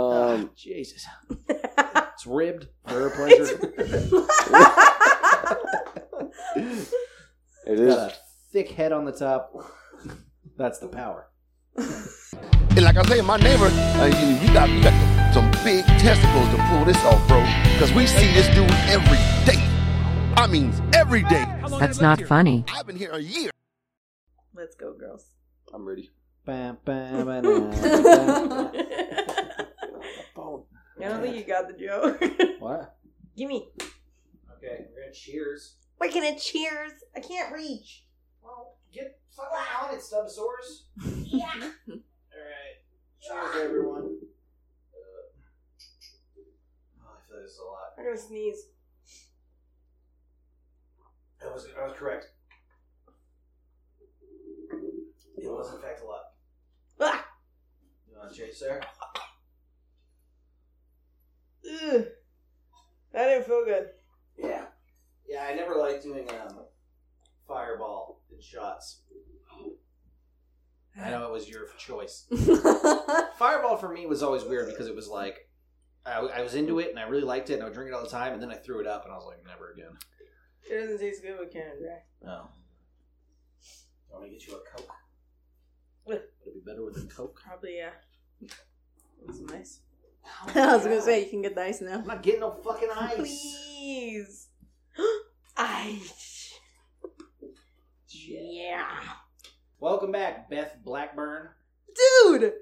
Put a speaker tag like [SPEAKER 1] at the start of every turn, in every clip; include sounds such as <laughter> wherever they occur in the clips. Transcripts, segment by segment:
[SPEAKER 1] Um,
[SPEAKER 2] Jesus.
[SPEAKER 3] It's-
[SPEAKER 2] It's ribbed for her pleasure.
[SPEAKER 1] it
[SPEAKER 2] Got
[SPEAKER 1] is.
[SPEAKER 2] a thick head on the top. That's the power.
[SPEAKER 4] And like I say, my neighbor, uh, you, you got you got some big testicles to pull this off, bro. Cause we see this dude every day. I mean, every day.
[SPEAKER 5] That's not funny.
[SPEAKER 4] I've been here a year.
[SPEAKER 3] Let's go, girls.
[SPEAKER 1] I'm ready.
[SPEAKER 2] Bam, bam,
[SPEAKER 3] <laughs> I
[SPEAKER 2] bam, bam, bam.
[SPEAKER 3] <laughs> don't think you got the <laughs> joke.
[SPEAKER 2] What?
[SPEAKER 3] Give me.
[SPEAKER 2] Okay, we're gonna cheers.
[SPEAKER 3] We're gonna cheers. I can't reach.
[SPEAKER 2] Well, get fucking on it, Stubsaurus. Yeah. All right. Cheers, everyone. Uh, Oh, I feel this is a lot.
[SPEAKER 3] I'm gonna sneeze.
[SPEAKER 2] I was, I was correct. It was, in fact, a lot.
[SPEAKER 3] Ah!
[SPEAKER 2] You want to chase there?
[SPEAKER 3] Ugh. That didn't feel good.
[SPEAKER 2] Yeah. Yeah, I never liked doing um, fireball and shots. I know it was your choice. Fireball for me was always weird because it was like I, I was into it and I really liked it and I would drink it all the time and then I threw it up and I was like, never again.
[SPEAKER 3] it doesn't taste good with Canada Dry.
[SPEAKER 2] Oh. I want to get you a Coke. It'd be better with a Coke.
[SPEAKER 3] Probably, yeah. That's nice. <laughs> I was gonna say, you can get the ice now.
[SPEAKER 2] I'm not getting no fucking ice.
[SPEAKER 3] Please. <gasps> ice. Yeah.
[SPEAKER 2] Welcome back, Beth Blackburn.
[SPEAKER 3] <laughs> Dude!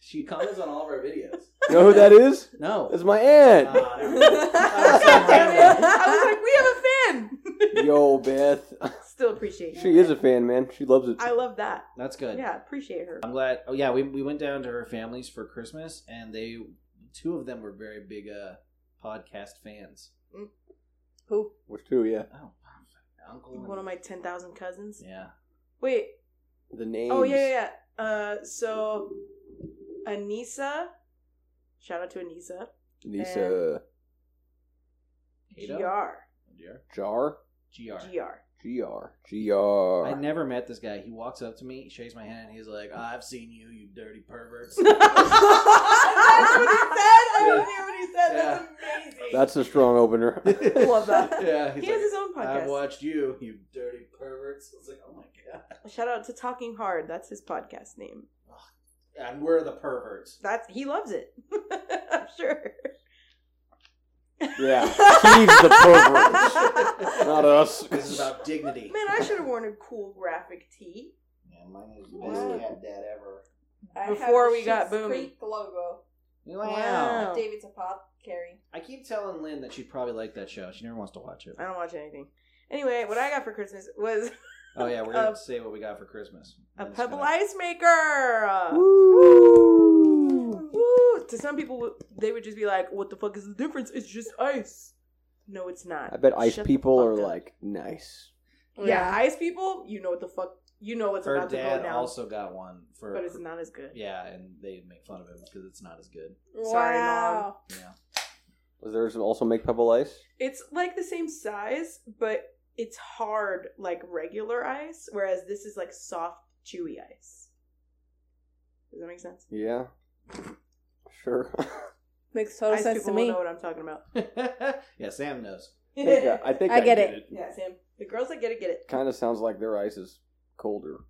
[SPEAKER 2] She comments on all of our videos.
[SPEAKER 1] You know who <laughs> that is?
[SPEAKER 2] No.
[SPEAKER 1] That's my aunt.
[SPEAKER 2] Uh,
[SPEAKER 3] I
[SPEAKER 2] never
[SPEAKER 3] <laughs>
[SPEAKER 2] mind.
[SPEAKER 3] was like, we <laughs> have a fan!
[SPEAKER 1] Yo, Beth.
[SPEAKER 3] Still appreciate
[SPEAKER 1] <laughs>
[SPEAKER 3] you.
[SPEAKER 1] She is a fan, man. She loves it.
[SPEAKER 3] I love that.
[SPEAKER 2] That's good.
[SPEAKER 3] Yeah, appreciate her.
[SPEAKER 2] I'm glad. Oh yeah, we we went down to her family's for Christmas, and they two of them were very big uh podcast fans.
[SPEAKER 3] Who?
[SPEAKER 1] Which too, yeah.
[SPEAKER 2] Oh, uncle. and-
[SPEAKER 3] One of my 10,000 cousins?
[SPEAKER 2] yeah.
[SPEAKER 3] Wait,
[SPEAKER 1] The names.
[SPEAKER 3] Oh yeah, yeah. yeah. Uh, so Anissa, shout out to Anissa.
[SPEAKER 1] Lisa
[SPEAKER 2] Ada?
[SPEAKER 3] Gr
[SPEAKER 2] Gr.
[SPEAKER 1] Jar.
[SPEAKER 2] Gr.
[SPEAKER 3] <laughs> gr.
[SPEAKER 1] Gr.
[SPEAKER 2] I
[SPEAKER 1] Gr.
[SPEAKER 2] never met this guy. He walks up to me, he shakes my hand, and he's like, "I've seen you, you dirty
[SPEAKER 3] <laughs>
[SPEAKER 2] perverts."
[SPEAKER 3] That's what he said. I
[SPEAKER 2] Yeah.
[SPEAKER 3] don't hear what he said. That's amazing.
[SPEAKER 1] That's a strong opener.
[SPEAKER 3] <laughs> Love that.
[SPEAKER 2] Yeah. He's
[SPEAKER 3] he has
[SPEAKER 2] like,
[SPEAKER 3] his own
[SPEAKER 2] I've
[SPEAKER 3] podcast.
[SPEAKER 2] watched you, you dirty perverts. I was like, "Oh my god."
[SPEAKER 3] Shout out to Talking Hard. That's his podcast name.
[SPEAKER 2] And we're the perverts.
[SPEAKER 3] That's he loves it. <laughs> I'm sure. <laughs>
[SPEAKER 1] yeah. He's the pervert. Not us.
[SPEAKER 2] This is about dignity.
[SPEAKER 3] <laughs> Man, I should have worn a cool graphic tee
[SPEAKER 2] Man, mine is the
[SPEAKER 6] Wow.
[SPEAKER 2] best cat dad ever.
[SPEAKER 6] I have
[SPEAKER 3] Before
[SPEAKER 6] the
[SPEAKER 3] we got
[SPEAKER 6] Schitt's
[SPEAKER 3] Boom.
[SPEAKER 6] Creek logo.
[SPEAKER 3] Wow. Oh.
[SPEAKER 6] David's apothecary.
[SPEAKER 2] I keep telling Lynn that she'd probably like that show. She never wants to watch it.
[SPEAKER 3] I don't watch anything. Anyway, what I got for Christmas
[SPEAKER 1] <laughs>
[SPEAKER 3] was
[SPEAKER 2] Oh yeah, we're gonna
[SPEAKER 3] Uh,
[SPEAKER 2] say what we got for Christmas.
[SPEAKER 3] A
[SPEAKER 2] Lynn's
[SPEAKER 3] pebble
[SPEAKER 2] gonna-
[SPEAKER 3] ice maker.
[SPEAKER 1] <laughs> Woo.
[SPEAKER 3] Woo. To some people, they would just be like, "What the fuck is the difference? It's just ice." No, it's not.
[SPEAKER 1] I bet ice
[SPEAKER 3] Shut the
[SPEAKER 1] people
[SPEAKER 3] fuck
[SPEAKER 1] are
[SPEAKER 3] up.
[SPEAKER 1] like nice.
[SPEAKER 3] yeah, ice people. You know what the fuck? You know what's
[SPEAKER 2] Her
[SPEAKER 3] about to go
[SPEAKER 2] dad
[SPEAKER 3] down,
[SPEAKER 2] also got one for.
[SPEAKER 3] but it's not as good.
[SPEAKER 2] Yeah, and they make fun of him because it's not as good.
[SPEAKER 3] Sorry, Mom.
[SPEAKER 6] Wow.
[SPEAKER 2] Yeah.
[SPEAKER 1] Does theirs also make pebble ice?
[SPEAKER 3] It's like the same size, but it's hard like regular ice, whereas this is like soft, chewy ice. Does that make sense?
[SPEAKER 1] Yeah. <laughs> Sure. <laughs>
[SPEAKER 6] Makes total
[SPEAKER 3] ice
[SPEAKER 6] sense to
[SPEAKER 3] people
[SPEAKER 6] me.
[SPEAKER 3] will know what I'm talking about.
[SPEAKER 2] yeah, <laughs> Sam knows.
[SPEAKER 1] I think I, I, think
[SPEAKER 6] I get it.
[SPEAKER 3] <laughs> yeah, Sam. The girls that get it get it.
[SPEAKER 1] Kind of sounds like their ice is colder.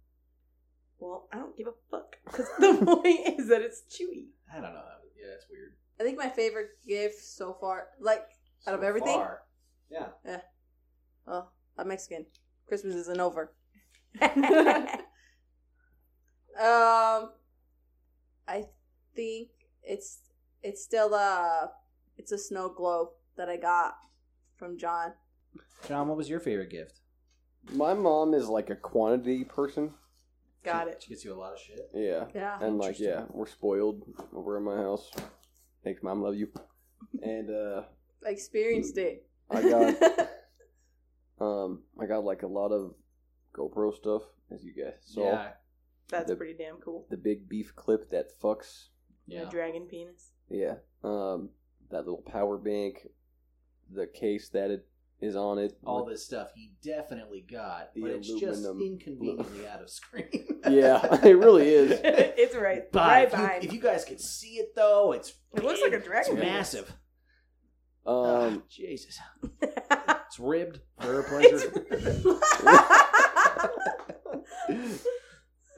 [SPEAKER 3] Well, I don't give a fuck because the <laughs> point is that it's chewy.
[SPEAKER 2] I don't know. how to- Yeah, it's weird.
[SPEAKER 6] I think my favorite gift so far, like Out of
[SPEAKER 2] So
[SPEAKER 6] everything?
[SPEAKER 2] far. Yeah.
[SPEAKER 6] oh, I'm Mexican. Christmas
[SPEAKER 3] <laughs>
[SPEAKER 6] isn't over. um, I think it's it's still uh it's a snow globe that I got from John.
[SPEAKER 2] John, what was your favorite gift?
[SPEAKER 1] My mom is like a quantity person.
[SPEAKER 3] Got
[SPEAKER 2] She-
[SPEAKER 3] it.
[SPEAKER 2] She gets you a lot of shit.
[SPEAKER 1] Yeah.
[SPEAKER 6] Yeah.
[SPEAKER 1] and like yeah
[SPEAKER 2] Ah, Interesting.
[SPEAKER 1] we're spoiled over at my house thanks mom love
[SPEAKER 2] <laughs>
[SPEAKER 1] you and uh
[SPEAKER 6] I experienced it.
[SPEAKER 1] i
[SPEAKER 2] <laughs>
[SPEAKER 1] got um i got like a lot of gopro stuff as you guys saw
[SPEAKER 2] yeah.
[SPEAKER 3] That's
[SPEAKER 1] The-
[SPEAKER 3] pretty damn cool.
[SPEAKER 1] the big beef clip that fucks
[SPEAKER 3] Yeah.
[SPEAKER 2] Yeah.
[SPEAKER 3] dragon penis.
[SPEAKER 1] yeah um that little power bank the case that it is on it.
[SPEAKER 2] all this stuff he definitely got,
[SPEAKER 1] The
[SPEAKER 2] but it's just
[SPEAKER 1] aluminum-
[SPEAKER 2] inconveniently out of screen.
[SPEAKER 1] <laughs> Yeah, it really
[SPEAKER 2] <laughs>
[SPEAKER 1] is.
[SPEAKER 3] it's right,
[SPEAKER 2] But
[SPEAKER 3] right
[SPEAKER 2] if you-
[SPEAKER 3] behind.
[SPEAKER 2] If you guys could see it though, it's
[SPEAKER 3] It looks like a
[SPEAKER 2] big,
[SPEAKER 3] dragon
[SPEAKER 2] It's
[SPEAKER 3] face.
[SPEAKER 2] massive.
[SPEAKER 1] Um,
[SPEAKER 2] <laughs> Ah, Jesus, it's ribbed
[SPEAKER 3] <laughs>
[SPEAKER 2] for her pleasure.
[SPEAKER 1] it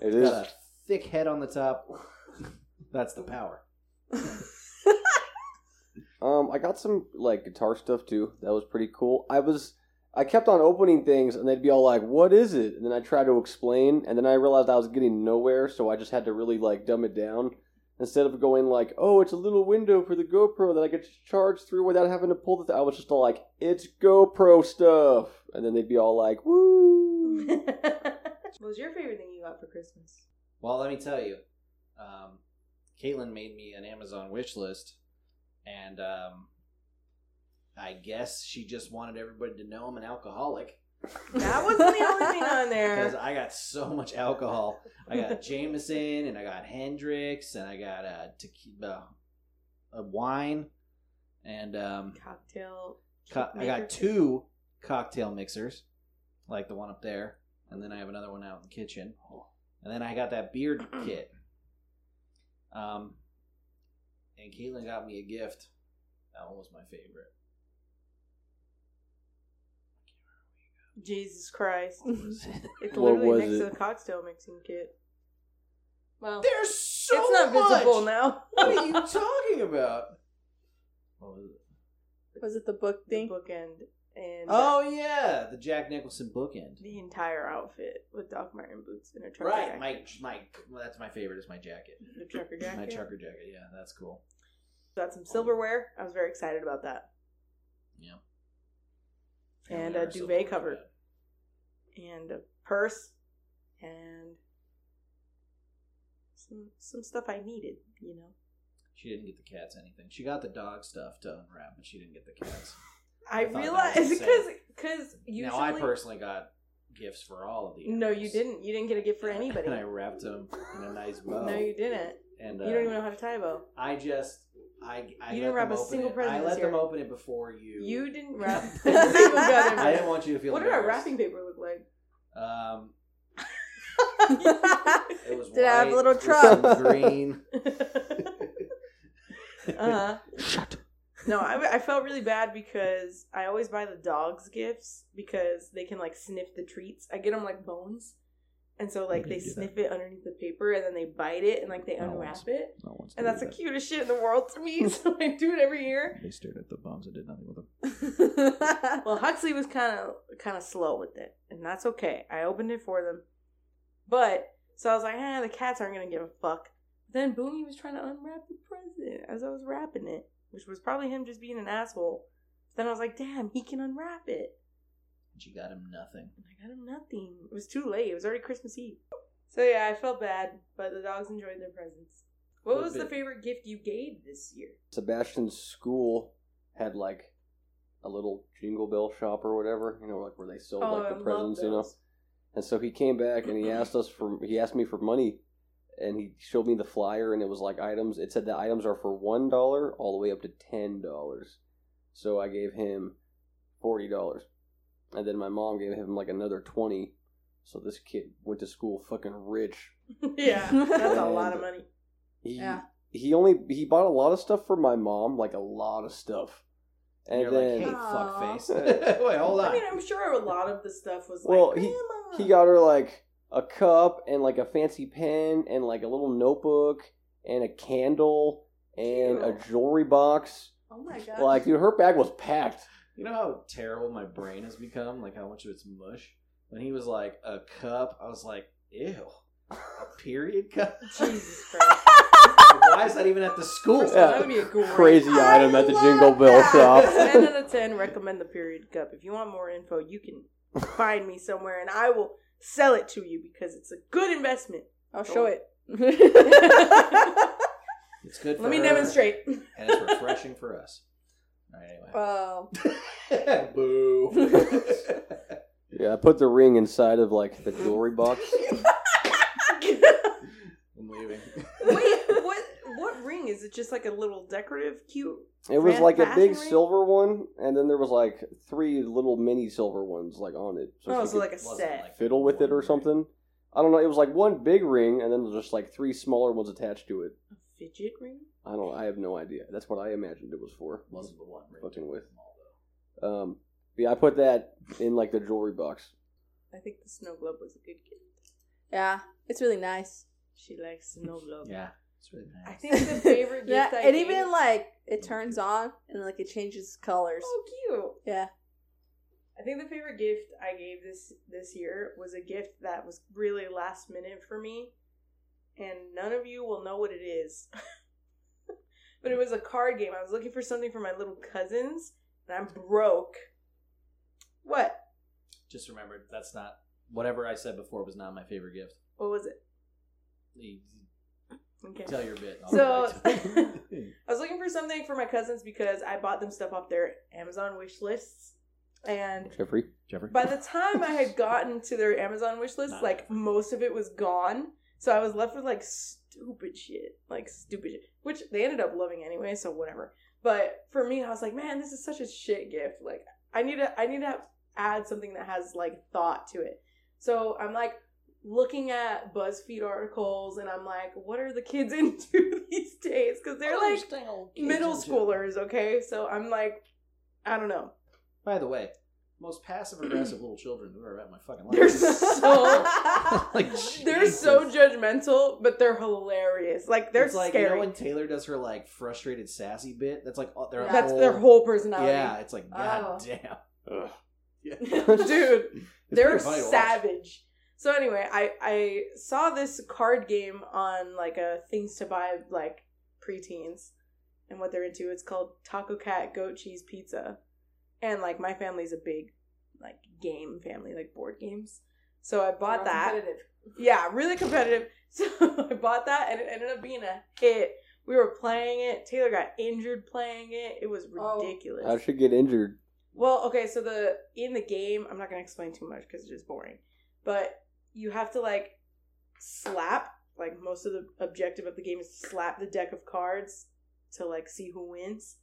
[SPEAKER 2] Got
[SPEAKER 1] is.
[SPEAKER 2] a thick head on the top. That's the power.
[SPEAKER 1] Um, I got some like guitar stuff too. That was pretty cool. I was I kept on opening things and they'd be all like, "What is it?" And then I tried to explain, and then I realized I was getting nowhere, so I just had to really like dumb it down. Instead of going like, "Oh, it's a little window for the GoPro that I could just charge through without having to pull the," th-. I was just all like, "It's GoPro stuff," and then they'd be all like, "Woo!"
[SPEAKER 3] <laughs> <laughs> what was your favorite thing you got for Christmas?
[SPEAKER 2] Well, let me tell you, um, Caitlin made me an Amazon wish list, and um, I guess she just wanted everybody to know I'm an alcoholic
[SPEAKER 3] That wasn't the only thing on
[SPEAKER 6] <laughs>
[SPEAKER 2] because
[SPEAKER 6] Uh-huh.
[SPEAKER 3] there.
[SPEAKER 2] I got so much alcohol. I got Jameson, and I got Hendrix, and I got a tequila, a wine, and um,
[SPEAKER 3] <laughs> Cocktail.
[SPEAKER 2] co- I
[SPEAKER 3] maker.
[SPEAKER 2] got two cocktail mixers, like the one up there, and then I have another one out in the kitchen, and then I got that beard
[SPEAKER 6] <clears throat>
[SPEAKER 2] kit. Um, and Caitlin got me a gift. That one was my favorite.
[SPEAKER 3] Jesus Christ!
[SPEAKER 2] What was it?
[SPEAKER 3] <laughs> It's
[SPEAKER 1] What
[SPEAKER 3] literally
[SPEAKER 1] was
[SPEAKER 3] next to
[SPEAKER 1] it?
[SPEAKER 3] the cocktail mixing kit.
[SPEAKER 6] well,
[SPEAKER 2] There's so
[SPEAKER 6] it's not
[SPEAKER 2] much!
[SPEAKER 6] visible now.
[SPEAKER 2] What
[SPEAKER 3] <laughs>
[SPEAKER 2] are you talking about?
[SPEAKER 6] <laughs>
[SPEAKER 2] What was it?
[SPEAKER 6] <laughs> Was it the book
[SPEAKER 3] The
[SPEAKER 6] thing?
[SPEAKER 3] bookend and
[SPEAKER 2] Oh yeah, the Jack Nicholson bookend.
[SPEAKER 3] the entire outfit with Doc Martin boots and a trucker
[SPEAKER 2] Right,
[SPEAKER 3] jacket.
[SPEAKER 2] my my well, that's my favorite is my jacket.
[SPEAKER 3] the trucker jacket.
[SPEAKER 2] My trucker jacket, yeah, that's cool.
[SPEAKER 3] Got some silverware. I was very excited about that.
[SPEAKER 2] Yeah.
[SPEAKER 3] And
[SPEAKER 2] they
[SPEAKER 3] a
[SPEAKER 2] are so
[SPEAKER 3] duvet
[SPEAKER 2] cool.
[SPEAKER 3] cover. And a purse and some some stuff I needed, you know.
[SPEAKER 2] She didn't get the cats anything. She got the dog stuff to unwrap, but she didn't get the
[SPEAKER 3] <laughs>
[SPEAKER 2] cats.
[SPEAKER 3] I,
[SPEAKER 2] thought that
[SPEAKER 3] realized
[SPEAKER 2] was
[SPEAKER 3] because <laughs>
[SPEAKER 2] insane.
[SPEAKER 3] because usually
[SPEAKER 2] Now I personally got gifts for all of the.
[SPEAKER 3] no, you
[SPEAKER 2] animals.
[SPEAKER 3] didn't. You didn't get a gift for
[SPEAKER 2] <laughs>
[SPEAKER 3] anybody.
[SPEAKER 2] And I wrapped them in a nice bow.
[SPEAKER 3] <laughs> No, you didn't.
[SPEAKER 2] And uh,
[SPEAKER 3] You don't even know how to tie a bow.
[SPEAKER 2] I just I I
[SPEAKER 3] You
[SPEAKER 2] let
[SPEAKER 3] didn't wrap
[SPEAKER 2] them
[SPEAKER 3] a
[SPEAKER 2] open
[SPEAKER 3] single
[SPEAKER 2] it.
[SPEAKER 3] present
[SPEAKER 2] I
[SPEAKER 3] this
[SPEAKER 2] let them
[SPEAKER 3] year.
[SPEAKER 2] open it before you. <laughs>
[SPEAKER 3] You didn't wrap. <laughs>
[SPEAKER 2] I didn't want you to feel.
[SPEAKER 3] What did our
[SPEAKER 2] embarrassed.
[SPEAKER 3] wrapping paper look like?
[SPEAKER 2] <laughs> Um,
[SPEAKER 6] Did
[SPEAKER 2] it was
[SPEAKER 6] it have
[SPEAKER 2] white
[SPEAKER 6] a little
[SPEAKER 2] with
[SPEAKER 6] truck?
[SPEAKER 2] some <laughs> green.
[SPEAKER 3] uh-huh. No, I, I felt really bad because I always buy the dogs gifts because they can like sniff the treats. I get them like bones, and so
[SPEAKER 2] Where
[SPEAKER 3] like
[SPEAKER 2] do
[SPEAKER 3] they
[SPEAKER 2] you get
[SPEAKER 3] sniff it underneath the paper and then they bite it and like they
[SPEAKER 2] No
[SPEAKER 3] unwrap
[SPEAKER 2] one's-
[SPEAKER 3] it,
[SPEAKER 2] No one's.
[SPEAKER 3] and that's the cutest shit in the world to me. <laughs> So I do it every year.
[SPEAKER 2] They stared at the bones and did nothing with them.
[SPEAKER 3] Well, Huxley was kind of kind of slow with it, and that's okay. I opened it for them, but so I was like, ah, the cats aren't gonna give a fuck. Then Boomy was trying to unwrap the present as I was wrapping it, which was probably him just being an asshole. Then I was like, damn, he can unwrap it.
[SPEAKER 2] She got him nothing.
[SPEAKER 3] And I got him nothing. It was too late. It was already Christmas Eve. So yeah, I felt bad, but the dogs enjoyed their presents. What
[SPEAKER 2] Little
[SPEAKER 3] was the
[SPEAKER 2] bit.
[SPEAKER 3] favorite gift you gave this year?
[SPEAKER 1] Sebastian's school had like a little jingle bell shop or whatever, you know, like where they sold Oh,
[SPEAKER 3] Oh,
[SPEAKER 1] like the presents, you know. And so he came back and he asked us for he asked me for money, and he showed me the flyer and it was like items. It said the items are for one dollar all the way up to ten dollars. So I gave him forty dollars, and then my mom gave him like another twenty. So this kid went to school fucking rich.
[SPEAKER 3] <laughs> yeah, that's a lot
[SPEAKER 1] <laughs>
[SPEAKER 3] of
[SPEAKER 1] And-
[SPEAKER 3] money.
[SPEAKER 1] He,
[SPEAKER 6] Yeah.
[SPEAKER 1] He only he bought a lot of stuff for my mom, like a lot of stuff.
[SPEAKER 2] And
[SPEAKER 1] And
[SPEAKER 2] you're
[SPEAKER 1] then
[SPEAKER 2] like, hey,
[SPEAKER 6] Aw.
[SPEAKER 2] <laughs> fuckface. Wait, hold on.
[SPEAKER 3] I mean, I'm sure a lot of the stuff was
[SPEAKER 1] Well,
[SPEAKER 3] like,
[SPEAKER 1] he-
[SPEAKER 3] Grandma.
[SPEAKER 1] He got her like a cup and like a fancy pen and like a little notebook and a candle and a
[SPEAKER 3] Cute.
[SPEAKER 1] jewelry box.
[SPEAKER 6] Oh my god.
[SPEAKER 1] Like, dude, her bag was packed.
[SPEAKER 2] You know how terrible my brain has become? Like how much of it's mush? When he was like a cup, I was like, ew, <laughs> a period cup?
[SPEAKER 3] Jesus Christ.
[SPEAKER 2] Why is that even at the <laughs> school?
[SPEAKER 3] First of all,
[SPEAKER 1] <laughs>
[SPEAKER 3] that would be a great
[SPEAKER 1] Crazy
[SPEAKER 6] I
[SPEAKER 1] item at the
[SPEAKER 6] love
[SPEAKER 1] Jingle Bell
[SPEAKER 3] <laughs>
[SPEAKER 6] that.
[SPEAKER 1] shop.
[SPEAKER 3] 10 out of 10 recommend the period cup. If you want more info, you can
[SPEAKER 1] <laughs>
[SPEAKER 3] find me somewhere and I will sell it to you because it's a good investment.
[SPEAKER 6] <laughs> I'll
[SPEAKER 1] <laughs>
[SPEAKER 6] show it.
[SPEAKER 3] Let
[SPEAKER 2] It's good for
[SPEAKER 3] me
[SPEAKER 2] her,
[SPEAKER 3] <laughs> demonstrate.
[SPEAKER 2] And it's refreshing for us. All right,
[SPEAKER 6] Wow.
[SPEAKER 2] anyway. <laughs> Boo. <laughs>
[SPEAKER 1] Yeah, I put the ring inside of like the jewelry
[SPEAKER 3] <laughs>
[SPEAKER 1] box.
[SPEAKER 2] I'm leaving.
[SPEAKER 3] Wait, what what ring ring? Is it just like a little decorative, cute?
[SPEAKER 1] It was
[SPEAKER 3] Red
[SPEAKER 1] like a
[SPEAKER 3] fashion
[SPEAKER 1] big
[SPEAKER 3] ring?
[SPEAKER 1] silver one, and then there was like three little mini silver ones like on it.
[SPEAKER 3] oh,
[SPEAKER 1] she
[SPEAKER 3] so
[SPEAKER 1] could
[SPEAKER 3] like a
[SPEAKER 2] Wasn't
[SPEAKER 3] set.
[SPEAKER 2] like-
[SPEAKER 1] fiddle with it or something. I don't know. It was like one big ring, and then just like three smaller ones attached to it.
[SPEAKER 3] a fidget ring?
[SPEAKER 1] I don't. I have no idea. That's what I imagined it was for.
[SPEAKER 2] Wasn't the one ring.
[SPEAKER 1] Fucking with.
[SPEAKER 2] Small, though.
[SPEAKER 1] Um, yeah, I put that in like the jewelry box.
[SPEAKER 3] I think the snow globe was a good gift.
[SPEAKER 6] Yeah, it's
[SPEAKER 3] <laughs>
[SPEAKER 6] really nice.
[SPEAKER 3] She likes snow globe.
[SPEAKER 2] Yeah, it's really nice.
[SPEAKER 3] I think the favorite
[SPEAKER 6] <laughs>
[SPEAKER 3] gift
[SPEAKER 6] yeah,
[SPEAKER 3] I
[SPEAKER 6] it
[SPEAKER 3] gave-
[SPEAKER 6] even like it turns on and like it changes colors.
[SPEAKER 3] Oh, cute.
[SPEAKER 6] Yeah,
[SPEAKER 3] I think the favorite gift I gave this this year was a gift that was really last minute for me, and none of you will know what it is. <laughs> but it was a card game. I was looking for something for my little cousins, and I'm broke. What?
[SPEAKER 2] Just remembered that's not whatever I said before was not my favorite gift.
[SPEAKER 3] What was it?
[SPEAKER 2] You- you
[SPEAKER 3] Okay.
[SPEAKER 2] Tell your bit. I'll
[SPEAKER 3] So-
[SPEAKER 2] go back to
[SPEAKER 3] <laughs>
[SPEAKER 2] it.
[SPEAKER 3] I was looking for something for my cousins because I bought them stuff off their Amazon wish lists, and
[SPEAKER 1] Jeffrey,
[SPEAKER 2] Jeffrey.
[SPEAKER 3] By the time I had gotten to their Amazon wish list,
[SPEAKER 2] Not
[SPEAKER 3] like most of it was gone. So I was left with like stupid shit. Like stupid shit. Which they ended up loving anyway, so whatever. But for me, I was like, man, this is such a shit gift. Like I need to I need to have, add something that has like thought to it. So I'm like looking at BuzzFeed articles and I'm like, what are the kids <laughs> into these days? Because they're like middle schoolers, okay? So I'm like, I don't know.
[SPEAKER 2] By the way, most passive aggressive little children who ever met in my fucking life. <laughs>
[SPEAKER 3] They're so
[SPEAKER 2] like
[SPEAKER 3] They're
[SPEAKER 2] Jesus.
[SPEAKER 3] so judgmental, but they're hilarious. Like they're
[SPEAKER 2] It's like you
[SPEAKER 3] scary.
[SPEAKER 2] know when Taylor does her like frustrated sassy bit. That's like all- their
[SPEAKER 6] Yeah.
[SPEAKER 3] That's
[SPEAKER 2] whole,
[SPEAKER 3] their whole personality.
[SPEAKER 2] Oh, Yeah, it's like god
[SPEAKER 6] Oh.
[SPEAKER 2] damn.
[SPEAKER 1] Ugh.
[SPEAKER 2] Yeah.
[SPEAKER 3] <laughs> Dude,
[SPEAKER 2] It's
[SPEAKER 3] they're
[SPEAKER 2] pretty funny to watch.
[SPEAKER 3] savage. So anyway, I I saw this card game on like a things to buy like preteens and what they're into. It's called Taco Cat Goat Cheese Pizza, and like my family's a big like game family, like board games. So I bought that. Yeah, really competitive. <laughs> So I bought that and it ended up being a hit. We were playing it. Taylor got injured playing it. It was
[SPEAKER 6] Oh.
[SPEAKER 3] ridiculous.
[SPEAKER 1] I should get injured.
[SPEAKER 3] Well, okay, so the in the game, I'm not gonna explain too much because it's just boring. But you have to like slap. Like most of the objective of the game is to slap the deck of cards to like see who wins.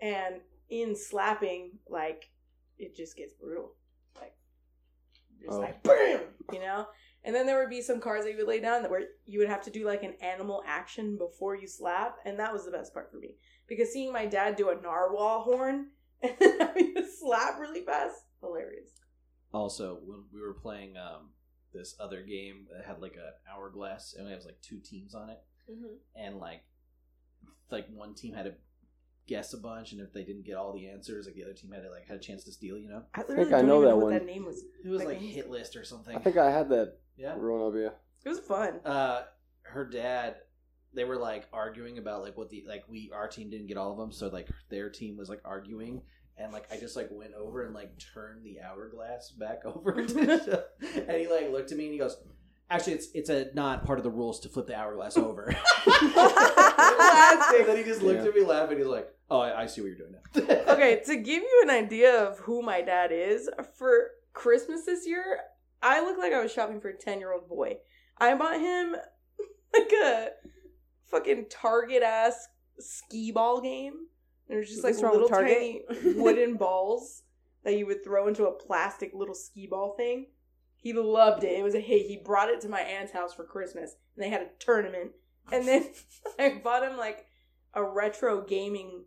[SPEAKER 3] And in slapping, like it just gets brutal. Like just
[SPEAKER 1] Oh.
[SPEAKER 3] like boom, you know. And then there would be some cards that you would lay down that where you would have to do like an animal action before you slap, and that was the best part for me because seeing my dad do a narwhal horn <laughs> and then having to slap really fast. Hilarious.
[SPEAKER 2] Also, when we were playing um, this other game that had like an hourglass, and it was like two teams on it,
[SPEAKER 3] Mm-hmm.
[SPEAKER 2] and like like one team had to guess a bunch, and if they didn't get all the answers, like the other team had to like had a chance to steal. You know,
[SPEAKER 3] I literally
[SPEAKER 1] I
[SPEAKER 3] don't
[SPEAKER 1] know
[SPEAKER 3] even
[SPEAKER 1] that
[SPEAKER 3] know what
[SPEAKER 1] one.
[SPEAKER 3] that name was.
[SPEAKER 2] it was
[SPEAKER 3] Like
[SPEAKER 2] like
[SPEAKER 3] games?
[SPEAKER 2] hit list or something.
[SPEAKER 1] I think I had that
[SPEAKER 2] yeah.
[SPEAKER 1] growing up. Yeah.
[SPEAKER 3] It was
[SPEAKER 6] <laughs>
[SPEAKER 3] fun.
[SPEAKER 2] uh her dad they were like arguing about like what the like we our team didn't get all of them so like their team was like arguing and like i just like went over and like turned the hourglass back <laughs> over to show, and he like looked at me and he goes actually it's it's a not part of the rules to flip the hourglass over <laughs> and then he just looked
[SPEAKER 1] Yeah.
[SPEAKER 2] at me laughing he's like oh I, I see what you're doing now
[SPEAKER 3] <laughs> Okay, to give you an idea of who my dad is, for Christmas this year, I looked like I was shopping for a 10 year old boy. I bought him <laughs> like a fucking Target ass skee ball game. There's just like
[SPEAKER 6] What's wrong with
[SPEAKER 3] little
[SPEAKER 6] Target?
[SPEAKER 3] tiny <laughs> wooden balls that you would throw into a plastic little skee ball thing. He loved it. It was a hit. He brought it to my aunt's house for Christmas, and they had a tournament. And then <laughs> I bought him like a retro gaming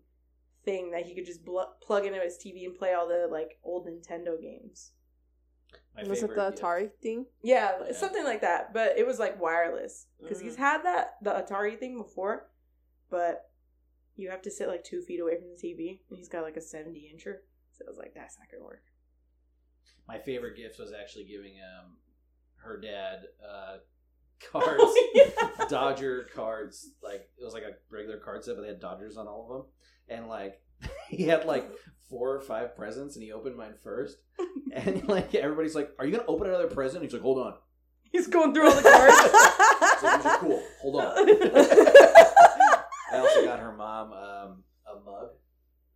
[SPEAKER 3] thing that he could just bl- plug into his TV and play all the like old Nintendo games.
[SPEAKER 2] <laughs> My
[SPEAKER 6] was it
[SPEAKER 2] favorite
[SPEAKER 6] the
[SPEAKER 2] gift.
[SPEAKER 6] Atari thing?
[SPEAKER 3] Yeah,
[SPEAKER 2] Yeah.
[SPEAKER 3] something like that. But it was like wireless because
[SPEAKER 6] Mhm.
[SPEAKER 3] he's
[SPEAKER 1] Mm-hmm.
[SPEAKER 3] had that the Atari thing before, but you have to sit like two feet away from the TV, and he's got like a seventy incher. So I was like, that's not gonna work.
[SPEAKER 2] my favorite gift was actually giving um her dad uh cards
[SPEAKER 3] Oh, yeah.
[SPEAKER 2] Dodger cards. Like it was like a regular card set, but they had Dodgers on all of them. And like <laughs> he had like four or five presents, and he opened mine first. And <laughs> like everybody's like, "Are you gonna open another present?" he's like, "Hold on."
[SPEAKER 3] <laughs> He's going through all the cards.
[SPEAKER 2] He's like, "These
[SPEAKER 1] <laughs>
[SPEAKER 2] are
[SPEAKER 3] <laughs>
[SPEAKER 2] cool. Hold on." I also got her mom um, a mug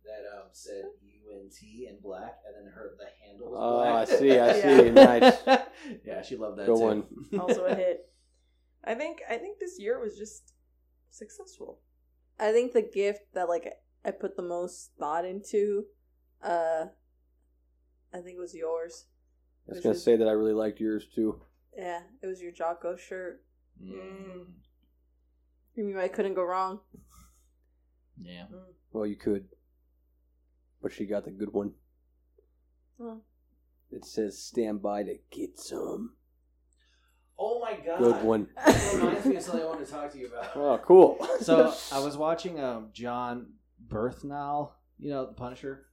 [SPEAKER 2] that um, said UNT in black, and then her the handle
[SPEAKER 1] Oh,
[SPEAKER 2] was black.
[SPEAKER 1] I see,
[SPEAKER 2] <laughs>
[SPEAKER 1] I see, nice.
[SPEAKER 2] Yeah, she loved that.
[SPEAKER 1] Good
[SPEAKER 2] too.
[SPEAKER 1] one.
[SPEAKER 3] also a hit. I think I think this year was just successful.
[SPEAKER 6] I think the gift that like I put the most thought into, uh, I think was yours.
[SPEAKER 1] I was
[SPEAKER 6] Which
[SPEAKER 1] gonna
[SPEAKER 6] is-
[SPEAKER 1] say that I really liked yours too.
[SPEAKER 6] Yeah, it was your Jocko shirt.
[SPEAKER 2] Mm.
[SPEAKER 6] You mean I couldn't go wrong? <laughs>
[SPEAKER 2] Yeah.
[SPEAKER 1] Well, you could, but she got the good one.
[SPEAKER 6] Oh.
[SPEAKER 1] It says "Stand by to get some."
[SPEAKER 2] Oh my god.
[SPEAKER 1] Good one.
[SPEAKER 2] That reminds me of something I wanted to talk to you about.
[SPEAKER 1] Ah. Oh, cool. <laughs>
[SPEAKER 2] So I was watching um John Berthnall, you know, the Punisher.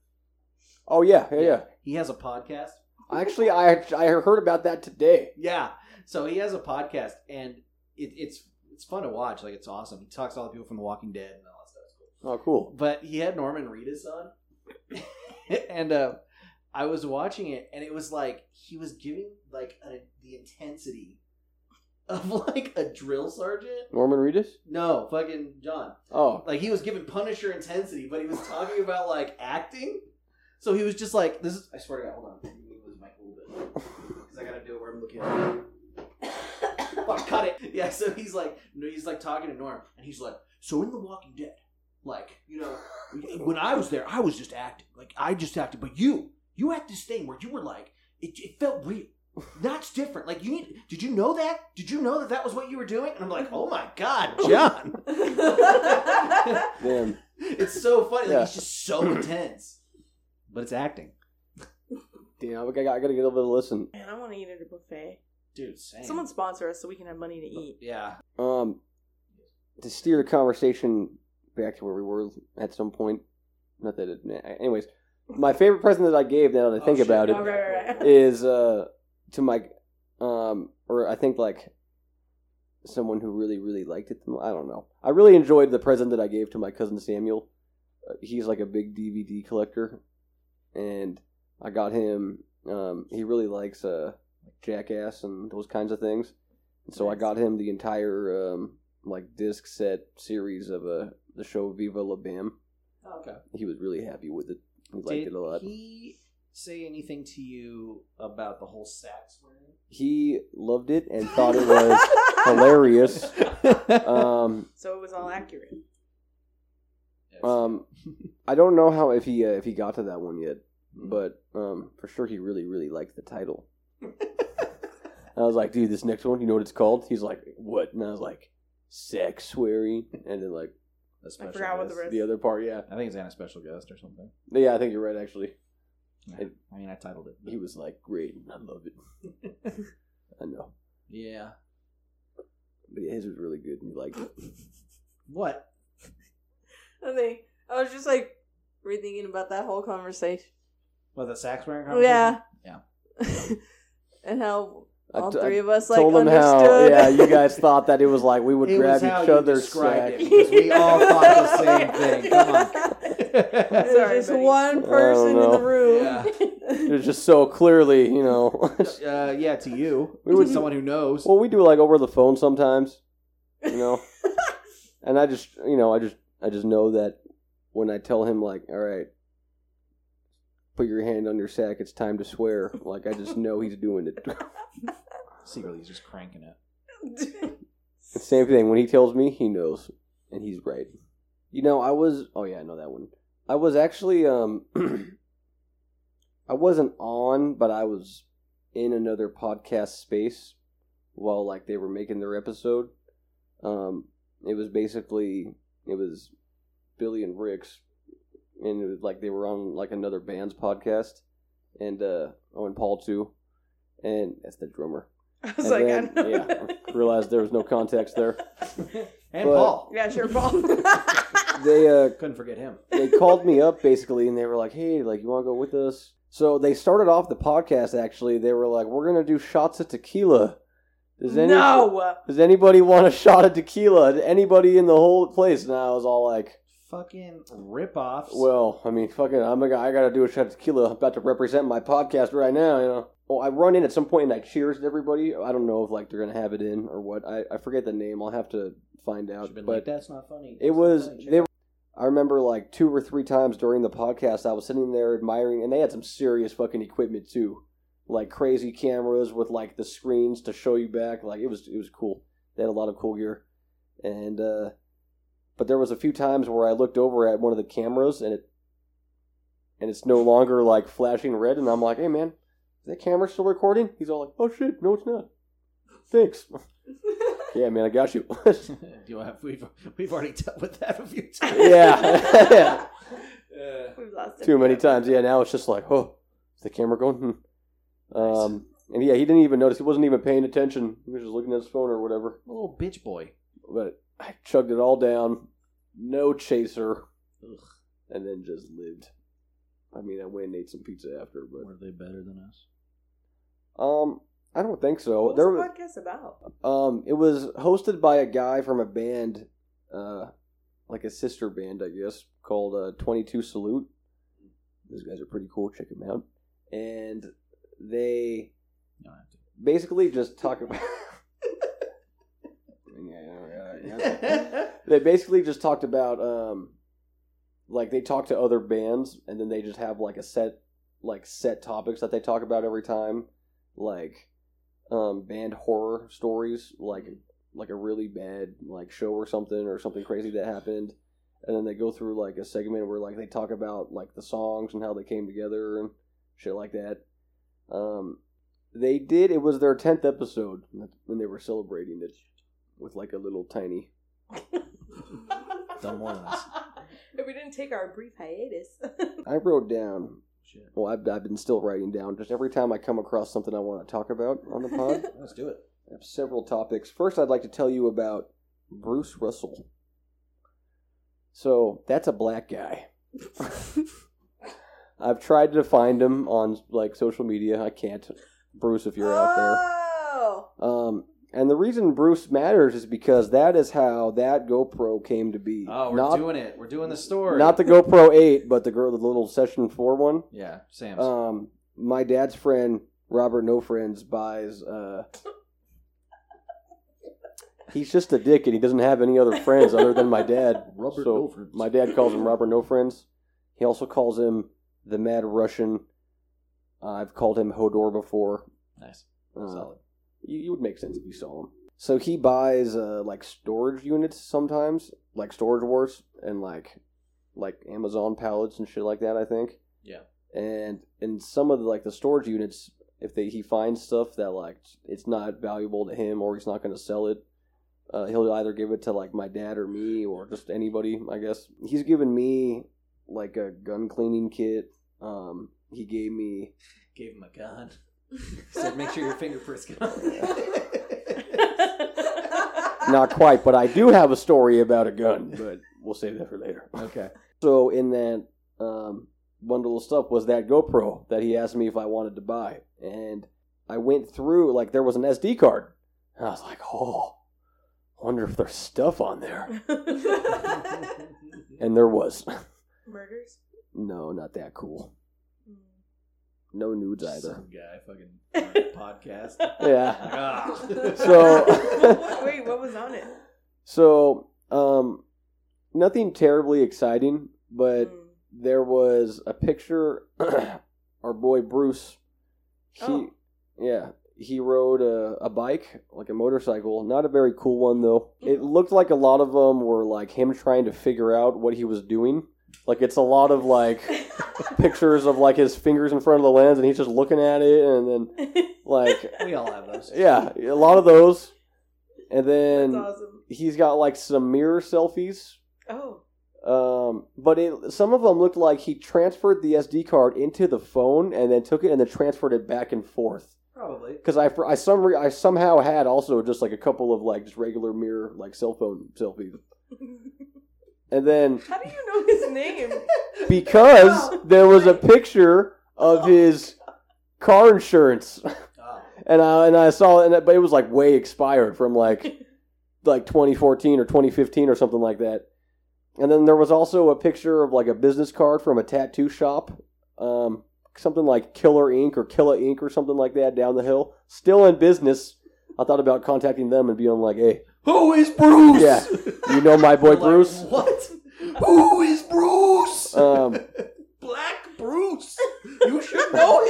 [SPEAKER 1] Oh yeah, yeah, yeah.
[SPEAKER 2] He has a podcast.
[SPEAKER 1] Actually, I I heard about that today.
[SPEAKER 2] Yeah. So he has a podcast, and it, it's it's fun to watch. Like it's awesome. He talks to all the people from The Walking Dead and all that stuff. It's cool.
[SPEAKER 1] Oh, cool.
[SPEAKER 2] But he had Norman Reedus on, <laughs> and uh, I was watching it, and it was like he was giving like a, the intensity of like a drill sergeant.
[SPEAKER 1] Norman Reedus.
[SPEAKER 2] No, fucking John.
[SPEAKER 1] Oh,
[SPEAKER 2] Like he was giving Punisher intensity, but he was talking about like acting. So he was just like, "This is." I swear to God, hold on. Let me move my whole bit <laughs> because I gotta do it where I'm looking. at Fuck, cut it. Yeah. So he's like, no, he's like talking to Norm, and he's like, "So in The Walking Dead, like, you know, when I was there, I was just acting. Like I just acted, but you, you had this thing where you were like, it, it felt real." That's different. Like you need. Did you know that? Did you know that that was what you were doing? And I'm like, oh my god, John. <laughs>
[SPEAKER 6] <laughs>
[SPEAKER 1] damn.
[SPEAKER 2] It's so funny.
[SPEAKER 1] Yeah.
[SPEAKER 2] Like he's just so
[SPEAKER 1] <clears throat>
[SPEAKER 2] intense. But it's acting.
[SPEAKER 1] Damn, I got- I gotta get over to listen.
[SPEAKER 3] Man, I want to eat at a buffet.
[SPEAKER 2] Dude, same.
[SPEAKER 3] Someone sponsor us so we can have money to eat.
[SPEAKER 2] Yeah.
[SPEAKER 1] Um, to steer the conversation back to where we were at some point. Not that it. Anyways, my favorite present that I gave now that I think about it
[SPEAKER 3] Oh, right, right, right.
[SPEAKER 1] is uh to my um or I think like someone who really really liked it. I don't know. I really enjoyed the present that I gave to my cousin Samuel. Uh, he's like a big DVD collector, and I got him. Um, he really likes uh Jackass and those kinds of things. And so I
[SPEAKER 3] Nice.
[SPEAKER 1] got him the entire um like disc set series of uh the show Viva La Bam.
[SPEAKER 2] <laughs> Okay.
[SPEAKER 1] He was really happy with it. He liked
[SPEAKER 2] Did
[SPEAKER 1] it a lot.
[SPEAKER 2] he say anything to you about the whole sax
[SPEAKER 1] <laughs>
[SPEAKER 2] wearing?
[SPEAKER 1] he loved it and thought it
[SPEAKER 2] <laughs>
[SPEAKER 1] was
[SPEAKER 3] <laughs>
[SPEAKER 1] hilarious. Um,
[SPEAKER 3] So it was all accurate.
[SPEAKER 1] um, I don't know how if he uh, if he got to that one yet,
[SPEAKER 2] Mm.
[SPEAKER 1] but um, for sure he really really liked the title. I was like, dude, this next one, you know what it's called? He's like, what? And I was like, sex swearing, and then like
[SPEAKER 3] I forgot what the rest.
[SPEAKER 1] the other part, yeah,
[SPEAKER 2] I think it's on a special guest or something.
[SPEAKER 1] yeah, I think you're right actually. It-
[SPEAKER 2] I mean, I titled it.
[SPEAKER 1] He was like, great, I love it.
[SPEAKER 2] <laughs>
[SPEAKER 1] I know,
[SPEAKER 2] Yeah.
[SPEAKER 1] but yeah, his was really good, and he liked it.
[SPEAKER 2] What?
[SPEAKER 6] I think I was just like rethinking about that whole conversation.
[SPEAKER 2] What the sax wearing?
[SPEAKER 3] <laughs>
[SPEAKER 6] Yeah.
[SPEAKER 2] conversation?
[SPEAKER 6] <laughs> and how
[SPEAKER 1] I
[SPEAKER 6] all
[SPEAKER 1] t- I
[SPEAKER 6] three of us like
[SPEAKER 1] told him
[SPEAKER 6] understood.
[SPEAKER 1] how, yeah, you guys thought that it was like we would
[SPEAKER 2] It
[SPEAKER 1] grab
[SPEAKER 2] was how
[SPEAKER 1] each
[SPEAKER 2] you
[SPEAKER 1] other's
[SPEAKER 2] described
[SPEAKER 1] sack.
[SPEAKER 2] it. <laughs> Because we all thought the same thing. Come on.
[SPEAKER 6] <laughs> There's
[SPEAKER 3] Sorry,
[SPEAKER 6] just
[SPEAKER 3] buddy.
[SPEAKER 6] one person in
[SPEAKER 1] know.
[SPEAKER 6] the room. <laughs>
[SPEAKER 2] Yeah.
[SPEAKER 1] It was just so clearly, you know.
[SPEAKER 2] <laughs>
[SPEAKER 1] <laughs>
[SPEAKER 2] uh, yeah, to you.
[SPEAKER 1] We would- Oh.
[SPEAKER 2] someone who knows.
[SPEAKER 1] well, we do like over the phone sometimes, you know. and I just, you know, I just, I just know that when I tell him like, all right, put your hand on your sack, it's time to swear. Like I just know he's doing it.
[SPEAKER 2] Secretly, he's just cranking it.
[SPEAKER 1] The Same thing. When he tells me, he knows, and he's right. You know, I was. Oh yeah, I know that one. I was actually. Um, <clears throat> I wasn't on, but I was in another podcast space while like they were making their episode. Um, it was basically it was Billy and Rick's, and it was like they were on like another band's podcast, and uh, oh, and Paul too, and that's the drummer.
[SPEAKER 3] <laughs> I
[SPEAKER 1] And
[SPEAKER 3] was like,
[SPEAKER 1] then-
[SPEAKER 3] I know.
[SPEAKER 1] yeah, realized there was no <laughs> context there. But-
[SPEAKER 2] And Paul.
[SPEAKER 3] <laughs> Yeah, sure, Paul.
[SPEAKER 1] <laughs> They uh,
[SPEAKER 2] Couldn't forget him.
[SPEAKER 1] they called me up basically and they were like, "Hey, like you want to go with us?" So they started off the podcast actually. They were like, "We're gonna do shots of tequila." Does any
[SPEAKER 3] no.
[SPEAKER 1] Does anybody want a shot of tequila? Did anybody in the whole place? And I was all like,
[SPEAKER 2] Fucking ripoffs.
[SPEAKER 1] "Well, I mean, fucking, I'm a guy. I gotta do a shot of tequila. I'm about to represent my podcast right now, you know." Well, I run in at some point and I cheers to everybody. I don't know if like they're gonna have it in or what. I, I forget the name. I'll have to find out.
[SPEAKER 2] Should've been
[SPEAKER 1] but
[SPEAKER 2] like, that's not funny.
[SPEAKER 1] it was they
[SPEAKER 2] They
[SPEAKER 1] were, i remember like two or three times during the podcast i was sitting there admiring and they had some serious fucking equipment too like crazy cameras with like the screens to show you back like it was it was cool they had a lot of cool gear and uh But there was a few times where I looked over at one of the cameras and it and it's no longer like flashing red, and I'm like, "Hey, man, is that camera still recording?" He's all like, "Oh shit, no, it's not." Thanks. <laughs> yeah, man, I got you. <laughs>
[SPEAKER 2] <laughs> Do I have, we've we've already dealt with that a few
[SPEAKER 1] <laughs>
[SPEAKER 2] times.
[SPEAKER 1] yeah,
[SPEAKER 2] Uh,
[SPEAKER 6] We've lost it.
[SPEAKER 1] too many times. Yeah, now it's just like, oh, is the camera going? Hmm. Um, and yeah, he didn't even notice. He wasn't even paying attention. He was just looking at his phone or whatever.
[SPEAKER 2] I'm a little bitch boy.
[SPEAKER 1] But I chugged it all down, no chaser,
[SPEAKER 2] Ugh.
[SPEAKER 1] and then just lived. I mean, I went and ate some pizza after, but
[SPEAKER 2] Were they better than us?
[SPEAKER 1] um, I don't think so.
[SPEAKER 3] What's
[SPEAKER 1] there
[SPEAKER 3] the
[SPEAKER 1] was
[SPEAKER 2] <laughs>
[SPEAKER 3] podcast about?
[SPEAKER 1] um, it was hosted by a guy from a band, uh, like a sister band, I guess, called uh, Twenty Two Salute. Those guys are pretty cool. Check them out. And they
[SPEAKER 2] No, I have to.
[SPEAKER 1] basically just talk about. <laughs> Yeah, yeah, yeah. <laughs> they basically just talked about um like they talk to other bands and then they just have like a set like set topics that they talk about every time like um band horror stories like like a really bad like show or something or something crazy that happened and then they go through like a segment where like they talk about like the songs and how they came together and shit like that um they did it was their 10th episode and they were celebrating it with like a little tiny
[SPEAKER 2] Done more than us.
[SPEAKER 3] If <laughs> we didn't take our brief hiatus.
[SPEAKER 1] I wrote down.
[SPEAKER 2] Shit.
[SPEAKER 1] Well, I've, I've been still writing down. Just every time I come across something I want to talk about on the pod,
[SPEAKER 2] Let's do it.
[SPEAKER 1] I have several topics. First, I'd like to tell you about Bruce Russell. So that's a black guy. I've tried to find him on like social media. I can't. Bruce, if you're out there.
[SPEAKER 6] Oh,
[SPEAKER 1] Um, and the reason Bruce matters is because that is how that GoPro came to be.
[SPEAKER 2] Oh, we're
[SPEAKER 1] not
[SPEAKER 2] doing it. We're doing the story.
[SPEAKER 1] not the GoPro eight, but the girl, the little session four one.
[SPEAKER 2] yeah, Sam's.
[SPEAKER 1] Um, my dad's friend Robert No Friends buys. Uh, he's just a dick, and he doesn't have any other friends other than my dad.
[SPEAKER 2] Robert
[SPEAKER 1] so
[SPEAKER 2] No Friends.
[SPEAKER 1] My dad calls him Robert No Friends. He also calls him the Mad Russian. Uh, I've called him Hodor before.
[SPEAKER 2] nice.
[SPEAKER 1] Uh,
[SPEAKER 2] Solid.
[SPEAKER 1] you, you would make sense if you saw him. So he buys uh, like storage units sometimes, like Storage Wars and like like Amazon pallets and shit like that. I think.
[SPEAKER 2] Yeah.
[SPEAKER 1] And in some of the, like the storage units, if they he finds stuff that like it's not valuable to him or he's not going to sell it, uh, he'll either give it to like my dad or me or just anybody. I guess he's given me like a gun cleaning kit. Um, he gave me
[SPEAKER 2] Gave him a gun. Said, make sure your
[SPEAKER 6] <laughs>
[SPEAKER 2] fingerprints go.
[SPEAKER 1] not quite, but I do have a story about a gun, but we'll save that for later.
[SPEAKER 2] <laughs> okay.
[SPEAKER 1] So in that um, bundle of stuff was that GoPro that he asked me if I wanted to buy, and I went through like there was an SD card, and I was like, oh, wonder if there's stuff on there, and there was.
[SPEAKER 3] Murders?
[SPEAKER 1] no, not that cool. No nudes
[SPEAKER 2] <laughs>
[SPEAKER 1] either.
[SPEAKER 2] Some guy fucking on a podcast.
[SPEAKER 1] <laughs> Yeah.
[SPEAKER 3] <laughs>
[SPEAKER 2] Ah.
[SPEAKER 1] So-
[SPEAKER 3] Wait, what was on it?
[SPEAKER 1] So um, nothing terribly exciting, <laughs> but.
[SPEAKER 3] Mm. <laughs>
[SPEAKER 1] there was a picture <clears throat> our boy bruce he
[SPEAKER 3] Oh.
[SPEAKER 1] yeah he rode a, a bike like a motorcycle not a very cool one though it
[SPEAKER 3] Mm-hmm.
[SPEAKER 1] looked like a lot of them were like him trying to figure out what he was doing like it's a lot of
[SPEAKER 3] <laughs>
[SPEAKER 1] like pictures of like his fingers in front of the lens and he's just looking at it and then like
[SPEAKER 2] <laughs>
[SPEAKER 1] <laughs>
[SPEAKER 2] we all have those.
[SPEAKER 1] yeah a lot of those and
[SPEAKER 3] That's
[SPEAKER 1] then
[SPEAKER 3] awesome.
[SPEAKER 1] he's got like some mirror selfies
[SPEAKER 3] Oh. <laughs>
[SPEAKER 1] um, but it, some of them looked like he transferred the SD card into the phone and then took it and then transferred it back and forth.
[SPEAKER 2] Probably.
[SPEAKER 1] Because I, for- I, some re- I somehow had also just like a couple of like just regular mirror like cell phone selfies. And then
[SPEAKER 3] How do you know his name?
[SPEAKER 1] because there was a picture of his car insurance,
[SPEAKER 2] Ah.
[SPEAKER 1] and I and I saw it, and it, but it was like way expired from like like 2014 or 2015 or something like that. And then there was also a picture of like a business card from a tattoo shop, um, something like Killer Ink or Killa Ink or something like that down the hill. Still in business. I thought about contacting them and being like, "Hey,
[SPEAKER 2] Who is Bruce?
[SPEAKER 1] Yeah. you know my boy
[SPEAKER 2] <laughs> Like,
[SPEAKER 1] Bruce?
[SPEAKER 2] What? Who is Bruce?
[SPEAKER 1] Um,
[SPEAKER 2] Black Bruce. You should know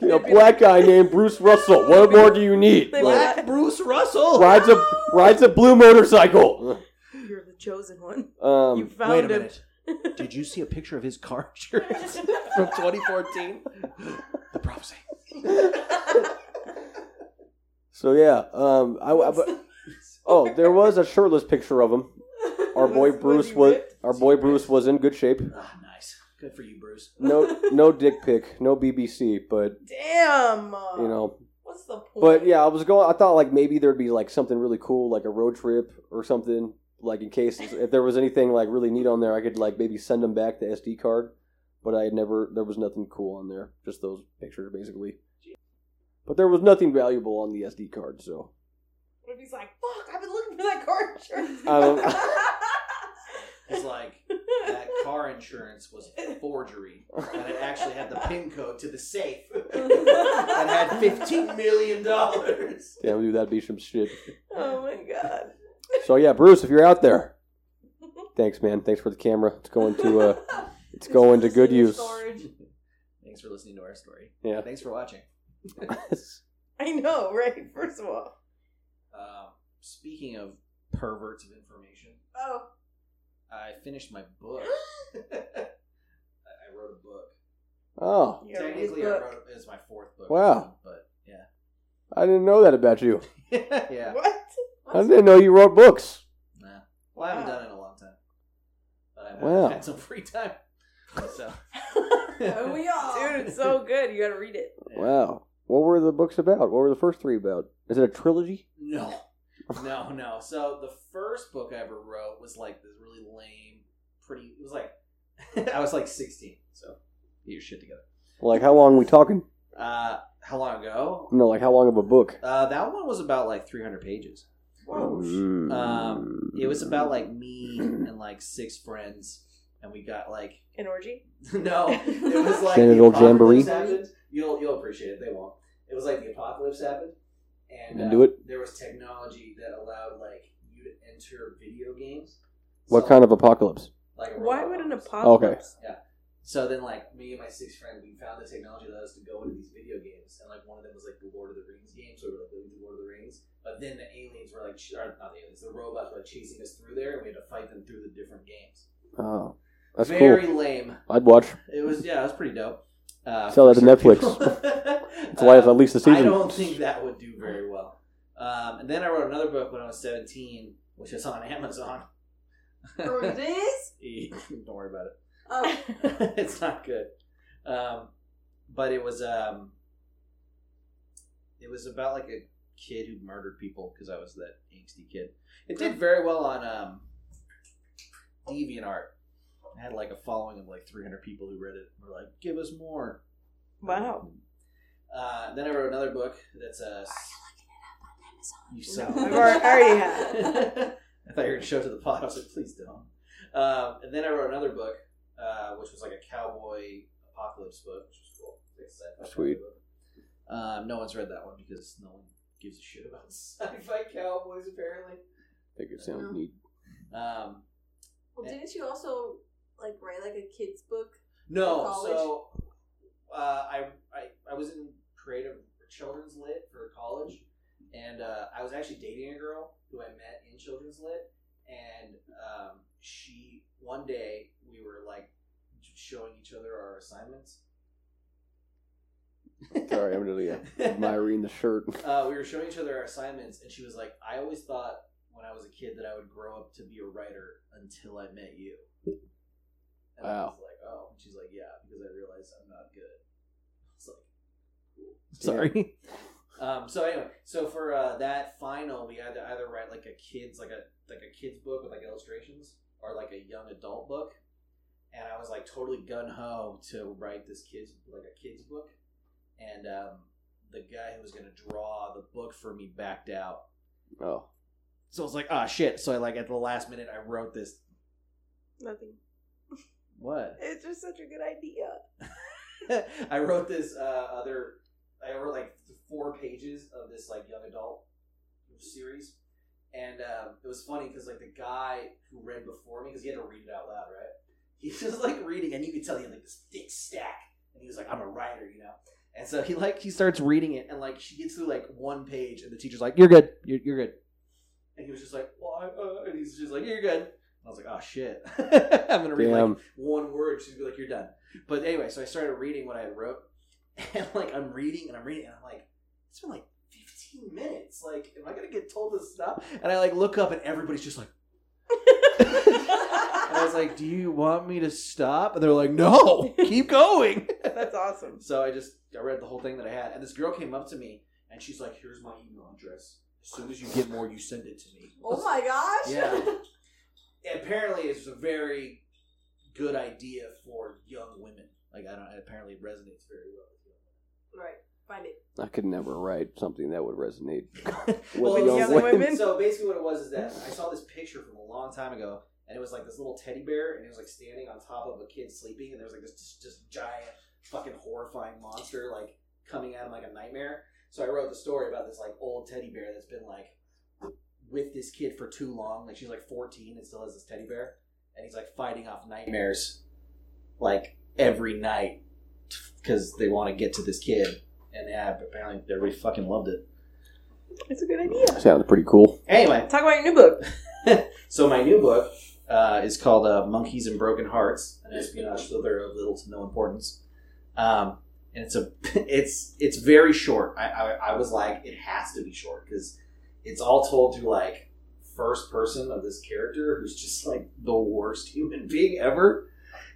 [SPEAKER 2] him.
[SPEAKER 1] a black guy named Bruce Russell. What more do you need?
[SPEAKER 3] They'd be
[SPEAKER 1] Like,
[SPEAKER 2] Black Bruce Russell.
[SPEAKER 1] rides a rides a blue motorcycle.
[SPEAKER 3] You're the chosen one.
[SPEAKER 1] Um,
[SPEAKER 3] you found
[SPEAKER 2] Wait a
[SPEAKER 3] him.
[SPEAKER 2] minute. Did you see a picture of his car <laughs> insurance
[SPEAKER 3] <laughs>
[SPEAKER 2] from 2014? the prop sake.
[SPEAKER 1] so yeah, um, I, I- but, oh, there was a shirtless picture of him. Our boy Bruce was our boy Bruce was in good shape.
[SPEAKER 2] Ah, nice. Good for you, Bruce.
[SPEAKER 1] No, no dick pic, no BBC, but
[SPEAKER 3] Damn.
[SPEAKER 1] you know,
[SPEAKER 3] What's the point?
[SPEAKER 1] But yeah, I was going. I thought like maybe there'd be like something really cool, like a road trip or something. Like in case if there was anything like really neat on there, I could like maybe send them back the SD card. But I had never. There was nothing cool on there. Just those pictures, basically. But there was nothing valuable on the SD card, so
[SPEAKER 3] What if he's like, fuck, I've been looking for that car insurance.
[SPEAKER 1] <laughs> I don't-
[SPEAKER 3] <laughs>
[SPEAKER 2] It's like that car insurance was a forgery, and it actually had the pin code to the safe that had fifteen million dollars.
[SPEAKER 1] damn, dude, that'd be some shit.
[SPEAKER 3] <laughs> oh my god.
[SPEAKER 1] So yeah, Bruce, if you're out there, thanks, man. Thanks for the camera. It's going to uh, it's going to good use. <laughs>
[SPEAKER 2] Thanks for listening to our story.
[SPEAKER 1] Yeah.
[SPEAKER 2] Thanks for watching.
[SPEAKER 3] I know, right? First of all.
[SPEAKER 2] Um, speaking of perverts of information,
[SPEAKER 3] Oh.
[SPEAKER 2] I finished my
[SPEAKER 3] <gasps>
[SPEAKER 2] book. I I wrote a book.
[SPEAKER 1] oh,
[SPEAKER 3] You gotta read his
[SPEAKER 2] Technically, I
[SPEAKER 3] book.
[SPEAKER 2] wrote it's my fourth book.
[SPEAKER 1] Wow.
[SPEAKER 2] But
[SPEAKER 1] I didn't know that about you.
[SPEAKER 2] yeah, <laughs> yeah.
[SPEAKER 3] What?
[SPEAKER 1] I
[SPEAKER 3] <laughs>
[SPEAKER 1] didn't know you wrote books.
[SPEAKER 2] Nah. Well, I haven't
[SPEAKER 3] Wow.
[SPEAKER 2] done it in a long time. But I've
[SPEAKER 1] Wow.
[SPEAKER 2] had some free time. <laughs> So,
[SPEAKER 6] And we all.
[SPEAKER 3] Dude, it's so good. You gotta read it.
[SPEAKER 2] yeah.
[SPEAKER 1] Wow. What were the books about? What were the first three about? Is it a trilogy?
[SPEAKER 2] No. No, no. So the first book I ever wrote was like this really lame, pretty. It was like <laughs> I was like 16. So get your shit together.
[SPEAKER 1] Like how long are we talking?
[SPEAKER 2] Uh, how long ago?
[SPEAKER 1] No, like how long of a book?
[SPEAKER 2] Uh, that one was about like 300 pages. Um, It was about like me and like six friends, and we got like <laughs>
[SPEAKER 3] An orgy?
[SPEAKER 2] no, Oh, it was like
[SPEAKER 1] Genital
[SPEAKER 2] the apocalypse
[SPEAKER 1] jamboree?
[SPEAKER 2] Happened. You'll you'll appreciate it. They won't. It was like the apocalypse happened, and uh,
[SPEAKER 1] Into it?
[SPEAKER 2] there was technology that allowed like you to enter video games.
[SPEAKER 1] what kind of apocalypse?
[SPEAKER 2] Like a
[SPEAKER 3] <laughs> Why
[SPEAKER 2] robot
[SPEAKER 3] would an
[SPEAKER 2] apocalypse.
[SPEAKER 3] apocalypse?
[SPEAKER 2] So then, like me and my six friends, we found this technology that allowed us to go into these video games, and like one of them was like the Lord of the Rings game, so we were like living through Lord of the Rings. But then the aliens were like, ch- or not the aliens, the robots were like chasing us through there, and we had to fight them through the different games.
[SPEAKER 1] Oh, that's
[SPEAKER 2] Very
[SPEAKER 1] cool.
[SPEAKER 2] lame.
[SPEAKER 1] I'd watch.
[SPEAKER 2] It was yeah, it was pretty dope. Uh,
[SPEAKER 1] Sell that to
[SPEAKER 2] for certain
[SPEAKER 1] Netflix.
[SPEAKER 2] people. <laughs>
[SPEAKER 1] It's why it's
[SPEAKER 2] Uh,
[SPEAKER 1] at least a season.
[SPEAKER 2] I don't think that would do very well. Um, and then I wrote another book when I was seventeen, which is on Amazon.
[SPEAKER 6] For
[SPEAKER 2] <laughs>
[SPEAKER 6] this?
[SPEAKER 2] don't worry about it.
[SPEAKER 6] Oh,
[SPEAKER 2] <laughs> it's not good. Um, but it was um, it was about like a kid who murdered people because I was that angsty kid. It did very well on um, DeviantArt. I had like a following of like 300 people who read it. and Were like, give us more.
[SPEAKER 3] Wow.
[SPEAKER 2] Uh, then I wrote another book that's uh, you suck.
[SPEAKER 3] I've already, I already have.
[SPEAKER 2] <laughs> I thought you were going to show it to the pod. I was like, please don't. Um, and then I wrote another book, uh, which was like a cowboy apocalypse book, which was cool. Like a sci-fi
[SPEAKER 1] Sweet.
[SPEAKER 2] cowboy book. Um, no one's read that one because no one gives a shit about <laughs> sci-fi cowboys, apparently.
[SPEAKER 1] I think it sounds neat.
[SPEAKER 2] Um,
[SPEAKER 6] well, didn't you also like write like a kid's book? <laughs>
[SPEAKER 2] no,
[SPEAKER 6] College?
[SPEAKER 2] so uh, I, I I was in creative children's lit for college, and uh, I was actually dating a girl who I met in children's lit, and um, she one day we were like showing each other our assignments.
[SPEAKER 1] Sorry, I'm really
[SPEAKER 2] <laughs>
[SPEAKER 1] uh, admiring the shirt.
[SPEAKER 2] uh, we were showing each other our assignments, and she was like, "I always thought when I was a kid that I would grow up to be a writer until I met you." And I
[SPEAKER 1] Wow.
[SPEAKER 2] was like, "Oh," and she's like, "Yeah," because I realized I'm not good. <laughs> It's like,
[SPEAKER 1] <laughs>
[SPEAKER 2] cool. <laughs> sorry. um, so anyway, so for uh, that final, we had to either write like a kids like a like a kids book with like illustrations, or like a young adult book. And I was like totally gun ho to write this kids like a kids book, and um, the guy who was going to draw the book for me backed out.
[SPEAKER 1] Oh,
[SPEAKER 2] So I was like, ah, shit. So I like at the last minute, I wrote this.
[SPEAKER 3] Nothing.
[SPEAKER 2] What?
[SPEAKER 3] It's just such a good idea.
[SPEAKER 2] <laughs> I wrote this uh, other. I wrote like four pages of this like young adult series, and um, it was funny because like the guy who read before me, because he had to read it out loud, right? <laughs> He was like reading, and you could tell he had like this thick stack, and he was like, "I'm a writer," you know. And so he like he starts reading it, and like she gets through like one page, and the teacher's like, "You're good, you're, you're good," and he was just like, "Why?" Uh, and he's just like, "You're good." I was like, oh shit. <laughs> I'm gonna read like
[SPEAKER 1] Damn.
[SPEAKER 2] one word. She's gonna be like, you're done. But anyway, so I started reading what I had wrote, <laughs> and like I'm reading and I'm reading and I'm like, it's been like 15 minutes. Like, am I gonna get told to stop? And I like look up and everybody's just like. And I was like, "Do you want me to stop?" And they're like, "No, keep going."
[SPEAKER 6] <laughs>
[SPEAKER 3] That's awesome.
[SPEAKER 2] So I just I read the whole thing that I had, and this girl came up to me and she's like, "Here's my email address. As soon as you get more, you send it to me."
[SPEAKER 6] Oh my gosh.
[SPEAKER 2] Yeah. apparently, it's a very good idea for young women. Like I don't. It apparently resonates very well. with young
[SPEAKER 6] <laughs> right. Find it.
[SPEAKER 1] I could never write something that would resonate.
[SPEAKER 2] women.
[SPEAKER 1] With
[SPEAKER 2] it's
[SPEAKER 1] young
[SPEAKER 2] just-
[SPEAKER 1] women.
[SPEAKER 2] So basically, what it was is that I saw this picture from a long time ago, and it was like this little teddy bear, and it was like standing on top of a kid sleeping, and there was like this just, just giant, fucking horrifying monster like coming at him like a nightmare. So I wrote the story about this like old teddy bear that's been like with this kid for too long. Like she's like 14 and still has this teddy bear, and he's like fighting off nightmares like every night because they want to get to this kid. And yeah, apparently everybody fucking loved it.
[SPEAKER 3] It's a
[SPEAKER 1] <laughs>
[SPEAKER 3] good idea.
[SPEAKER 1] Sounded pretty cool.
[SPEAKER 2] Anyway,
[SPEAKER 3] Talk about your new book.
[SPEAKER 2] So my new book uh, is called uh, "Monkeys and Broken Hearts: An Espionage Thriller of Little to No Importance," um, and it's a <laughs> it's it's very short. I, I, I was like, it has to be short because it's all told through like first person of this character who's just like the worst human being ever.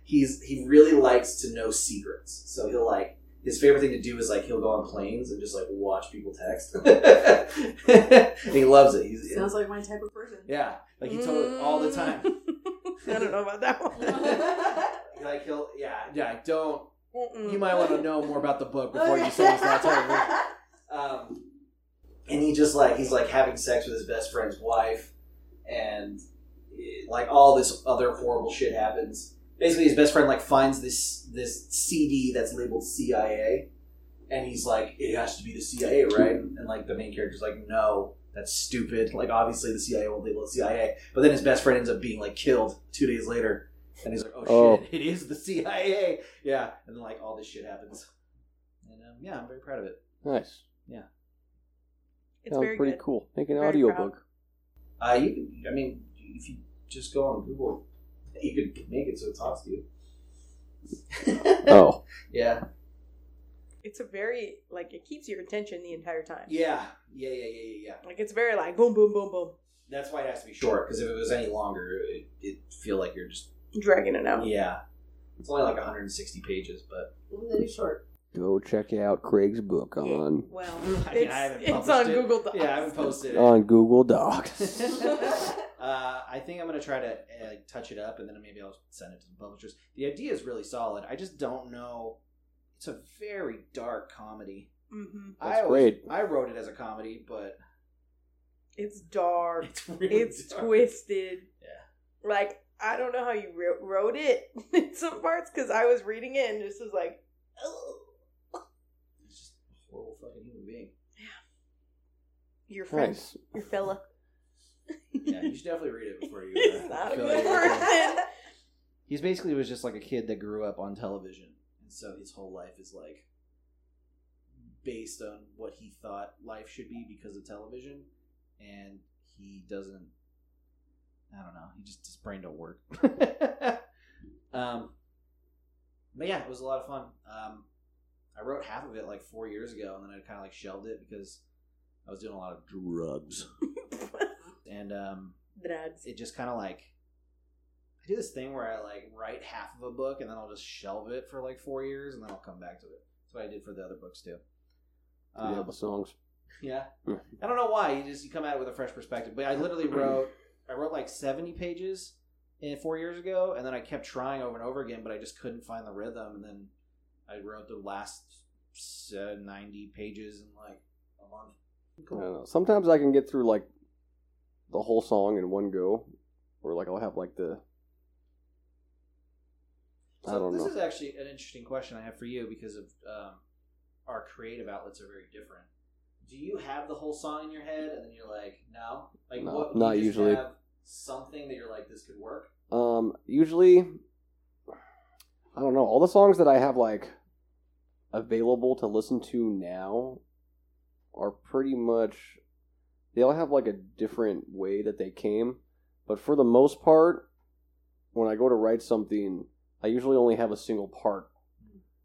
[SPEAKER 2] He's he really likes to know secrets, so he'll like. His favorite thing to do is like he'll go on planes and just like watch people text. <laughs> and he loves it. He's,
[SPEAKER 6] Sounds like my type of person.
[SPEAKER 2] yeah, like he told her all the time.
[SPEAKER 3] Mm. <laughs> I don't know about that
[SPEAKER 2] <laughs>
[SPEAKER 3] one.
[SPEAKER 2] like he'll, yeah, yeah. Don't.
[SPEAKER 3] Mm-mm.
[SPEAKER 2] You might
[SPEAKER 3] Mm.
[SPEAKER 2] want to know more about the
[SPEAKER 3] <laughs>
[SPEAKER 2] book before you say it's not terrible. Um, and he just like he's like having sex with his best friend's wife, and eh, like all this other horrible shit happens. Basically, his best friend like finds this this CD that's labeled CIA, and he's like, "It has to be the CIA, right?" And like the main character's like, "No, that's stupid. Like obviously the CIA won't label it CIA." But then his best friend ends up being like killed two days later, and he's like, "Oh,
[SPEAKER 1] Oh.
[SPEAKER 2] shit, <laughs> it is the CIA." Yeah, and then like all this shit happens, and um, yeah, I'm very proud of it.
[SPEAKER 1] Nice.
[SPEAKER 3] It's
[SPEAKER 1] Sounds
[SPEAKER 3] very
[SPEAKER 1] pretty
[SPEAKER 3] good.
[SPEAKER 1] cool. Make an
[SPEAKER 3] Very
[SPEAKER 1] audiobook.
[SPEAKER 2] Uh, you can, I mean, if you just go on Google, you could make it so it talks to you. <laughs>
[SPEAKER 1] <laughs> Oh,
[SPEAKER 2] Yeah.
[SPEAKER 3] It's a very like it keeps your attention the entire time.
[SPEAKER 2] Yeah. Yeah, yeah, yeah, yeah, yeah.
[SPEAKER 3] Like it's very like boom, boom, boom, boom,
[SPEAKER 2] That's why it has to be short, because if it was any longer, it, it'd feel like you're just.
[SPEAKER 3] dragging it out.
[SPEAKER 2] Yeah. It's only like 160 pages, but. It is short.
[SPEAKER 1] go check out Craig's book on
[SPEAKER 3] Well,
[SPEAKER 2] <laughs> I mean, I
[SPEAKER 3] it's,
[SPEAKER 2] haven't
[SPEAKER 3] it's
[SPEAKER 2] published
[SPEAKER 3] on
[SPEAKER 2] it.
[SPEAKER 3] Google Docs.
[SPEAKER 2] Yeah, I haven't posted it. <laughs> uh,
[SPEAKER 1] on Google Docs.
[SPEAKER 2] <laughs> I think I'm going to try to uh, touch it up, and then maybe I'll send it to some publishers. The idea is really solid. I just don't know. It's a very dark comedy.
[SPEAKER 3] hmm
[SPEAKER 1] That's
[SPEAKER 2] I always-
[SPEAKER 1] great.
[SPEAKER 2] I wrote it as a comedy, but <laughs>
[SPEAKER 3] It's dark.
[SPEAKER 2] it's really
[SPEAKER 3] It's
[SPEAKER 2] dark.
[SPEAKER 3] twisted.
[SPEAKER 2] Yeah.
[SPEAKER 3] Like I don't know how you wrote- wrote it <laughs> in some parts because I was reading it and just was like, oh, <laughs>
[SPEAKER 2] It's just a horrible fucking human being.
[SPEAKER 3] <laughs> your friend,
[SPEAKER 1] Nice.
[SPEAKER 3] your fella.
[SPEAKER 2] <laughs> Yeah, you should definitely read it before
[SPEAKER 3] <laughs>
[SPEAKER 2] you. uh,
[SPEAKER 3] He's not a
[SPEAKER 2] feel
[SPEAKER 3] good
[SPEAKER 2] like-
[SPEAKER 3] person. <laughs>
[SPEAKER 2] He's basically was just like a kid that grew up on television, and so his whole life is like based on what he thought life should be because of television, and he doesn't. I don't know. He just his brain don't work. <laughs> um, but yeah, it was a lot of fun. Um, I wrote half of it like four years ago, and then I kind of like shelved it because I was doing a lot of drugs, and um,
[SPEAKER 3] Drugs.
[SPEAKER 2] it just kind of like I do this thing where I like write half of a book and then I'll just shelve it for like four years and then I'll come back to it. That's what I did for the other books too.
[SPEAKER 1] Do you
[SPEAKER 2] Um,
[SPEAKER 1] have the songs.
[SPEAKER 2] yeah,
[SPEAKER 1] Hmm.
[SPEAKER 2] I don't know why you just you come at it with a fresh perspective. But I literally wrote I wrote like seventy pages in four years ago, and then I kept trying over and over again, but I just couldn't find the rhythm. And then I wrote the last uh, ninety pages in like a month.
[SPEAKER 1] I don't know. Sometimes I can get through like the whole song in one go, or like I'll have like the I
[SPEAKER 2] So
[SPEAKER 1] don't
[SPEAKER 2] this
[SPEAKER 1] know.
[SPEAKER 2] is actually an interesting question I have for you because of um, our creative outlets are very different. Do you have the whole song in your head and then you're like, no, like
[SPEAKER 1] No,
[SPEAKER 2] what? you
[SPEAKER 1] not
[SPEAKER 2] just
[SPEAKER 1] usually.
[SPEAKER 2] Have something that you're like, this could work.
[SPEAKER 1] Um, usually, I don't know. All the songs that I have like available to listen to now are pretty much they all have like a different way that they came, but for the most part, when I go to write something, I usually only have a single part,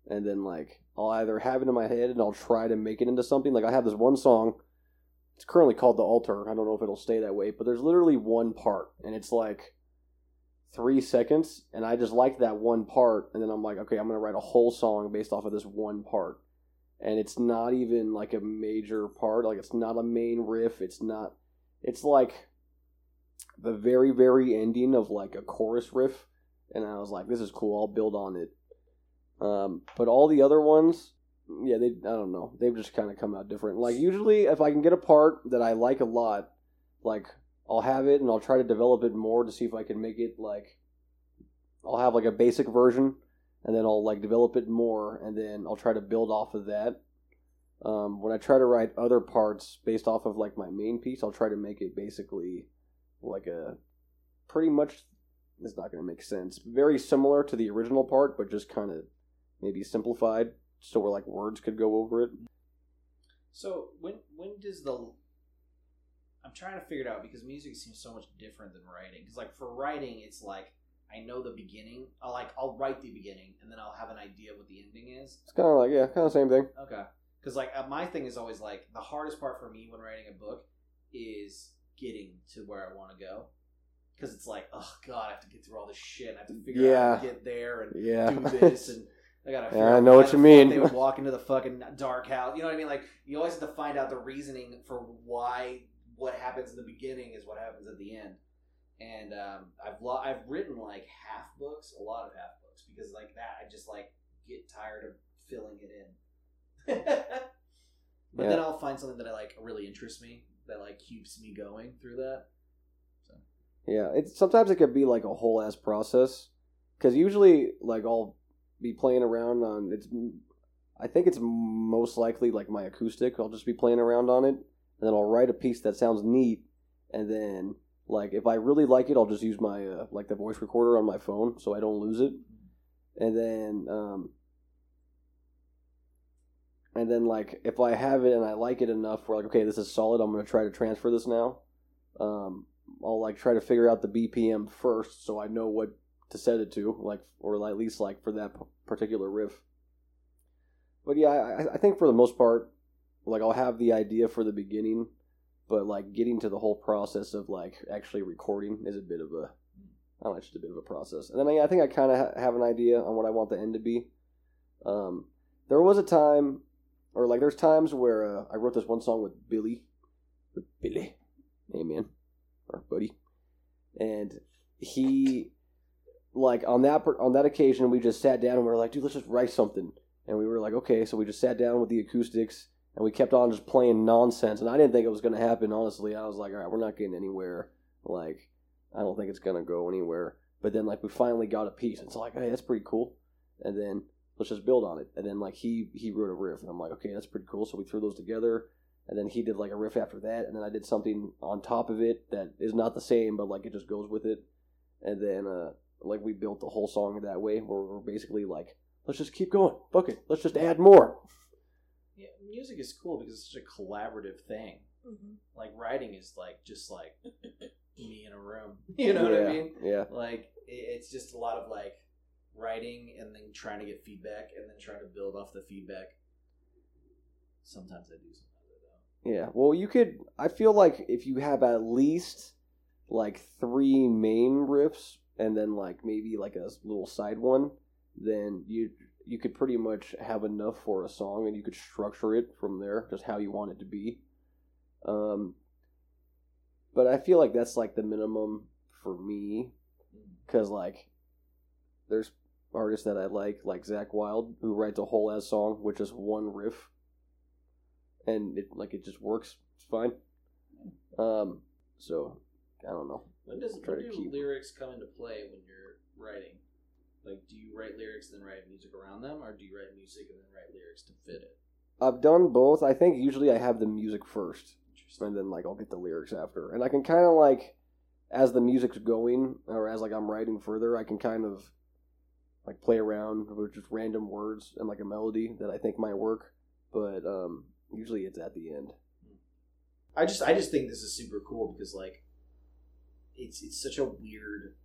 [SPEAKER 1] and then like I'll either have it in my head and I'll try to make it into something. Like I have this one song. It's currently called the altar. I don't know if it'll stay that way, but there's literally one part, and it's like three seconds, and I just like that one part, and then I'm like, okay, I'm gonna write a whole song based off of this one part, and it's not even like a major part. Like it's not a main riff. It's not. It's like the very very ending of like a chorus riff and i was like this is cool i'll build on it um, but all the other ones yeah they i don't know they've just kind of come out different like usually if i can get a part that i like a lot like i'll have it and i'll try to develop it more to see if i can make it like i'll have like a basic version and then i'll like develop it more and then i'll try to build off of that um, when i try to write other parts based off of like my main piece i'll try to make it basically like a pretty much it's not going to make sense very similar to the original part but just kind of maybe simplified so where like words could go over it
[SPEAKER 2] So when when does the I'm trying to figure it out because music seems so much different than writing. Because like for writing, it's like I know the beginning. I like I'll write the beginning and then I'll have an idea what the ending is.
[SPEAKER 1] it's kind of like yeah kind of same thing
[SPEAKER 2] Okay. Because like uh, my thing is always like the hardest part for me when writing a book is getting to where I want to go. Because it's like, oh god, I have to get through all this shit. and I have to figure out how to
[SPEAKER 1] Yeah.
[SPEAKER 2] get there and
[SPEAKER 1] yeah
[SPEAKER 2] do
[SPEAKER 1] <laughs>
[SPEAKER 2] this and I gotta. figure
[SPEAKER 1] I
[SPEAKER 2] out
[SPEAKER 1] know
[SPEAKER 2] why
[SPEAKER 1] what you
[SPEAKER 2] the
[SPEAKER 1] mean.
[SPEAKER 2] fuck They would walk
[SPEAKER 1] <laughs>
[SPEAKER 2] into the fucking dark house. You know what I mean? Like you always have to find out the reasoning for why what happens in the beginning is what happens at the end. And um, I've lo- I've written like half books, a lot of half books, because like that I just like get tired of filling it in. <laughs> but then
[SPEAKER 1] Yeah.
[SPEAKER 2] I'll find something that I like really interests me that like keeps me going through that.
[SPEAKER 1] Yeah, it's sometimes it could be like a whole ass process because usually like I'll be playing around on it's. I think it's most likely like my acoustic. I'll just be playing around on it, and then I'll write a piece that sounds neat, and then like if I really like it, I'll just use my uh, like the voice recorder on my phone so I don't lose it, and then um, and then like if I have it and I like it enough, we're like okay, this is solid. I'm gonna try to transfer this now. Um, I'll like try to figure out the BPM first, so I know what to set it to, like or at least like for that p- particular riff. But yeah, I, I- I think for the most part, like I'll have the idea for the beginning, but like getting to the whole process of like actually recording is a bit of a, I don't know, it's just a bit of a process. And then I, I think I kind of ha- have an idea on what I want the end to be. Um, there was a time, or like there's times where uh, I wrote this one song with Billy, with Billy, hey man, our buddy, and he, like on that per- on that occasion, we just sat down and we were like, dude, let's just write something, and we were like, okay, so we just sat down with the acoustics and we kept on just playing nonsense, and I didn't think it was gonna happen. Honestly, I was like, all right, we're not getting anywhere. Like, I don't think it's gonna go anywhere. But then like we finally got a piece, and it's like, hey, that's pretty cool, and then. Let's just build on it, and then like he he wrote a riff, and I'm like, okay, that's pretty cool. So we threw those together, and then he did like a riff after that, and then I did something on top of it that is not the same, but like it just goes with it. And then uh like we built the whole song that way, where we're basically like, let's just keep going, fuck it, let's just add more.
[SPEAKER 2] Yeah, music is cool because it's such a collaborative thing.
[SPEAKER 6] Mm-hmm.
[SPEAKER 2] Like writing is like just <laughs> like me in a room. <laughs> You know what I
[SPEAKER 1] Yeah,
[SPEAKER 2] mean?
[SPEAKER 1] Yeah,
[SPEAKER 2] Like i- it's just a lot of like writing and then trying to get feedback and then trying to build off the feedback. Sometimes I do. Sometimes I don't.
[SPEAKER 1] yeah. Well, you could. I feel like if you have at least like three main riffs, and then like maybe like a little side one, then you you could pretty much have enough for a song, and you could structure it from there, just how you want it to be. Um, but I feel like that's like the minimum for me, because like there's artists that I like, like Zach Wild, who writes a whole ass song with just one riff, and it like it just works. It's fine. Um, so I don't know.
[SPEAKER 2] When does
[SPEAKER 1] Try
[SPEAKER 2] when
[SPEAKER 1] to
[SPEAKER 2] do
[SPEAKER 1] keep-
[SPEAKER 2] lyrics come into play when you're writing? Like, do you write lyrics and then write music around them, or do you write music and then write lyrics to fit it?
[SPEAKER 1] I've done both. I think usually I have the music first,
[SPEAKER 2] Interesting.
[SPEAKER 1] and then like I'll get the lyrics after, and I can kind of like as the music's going or as like I'm writing further, I can kind of like play around with just random words and like a melody that I think might work, but um usually it's at the end.
[SPEAKER 2] I just I just think this is super cool because like it's it's such a weird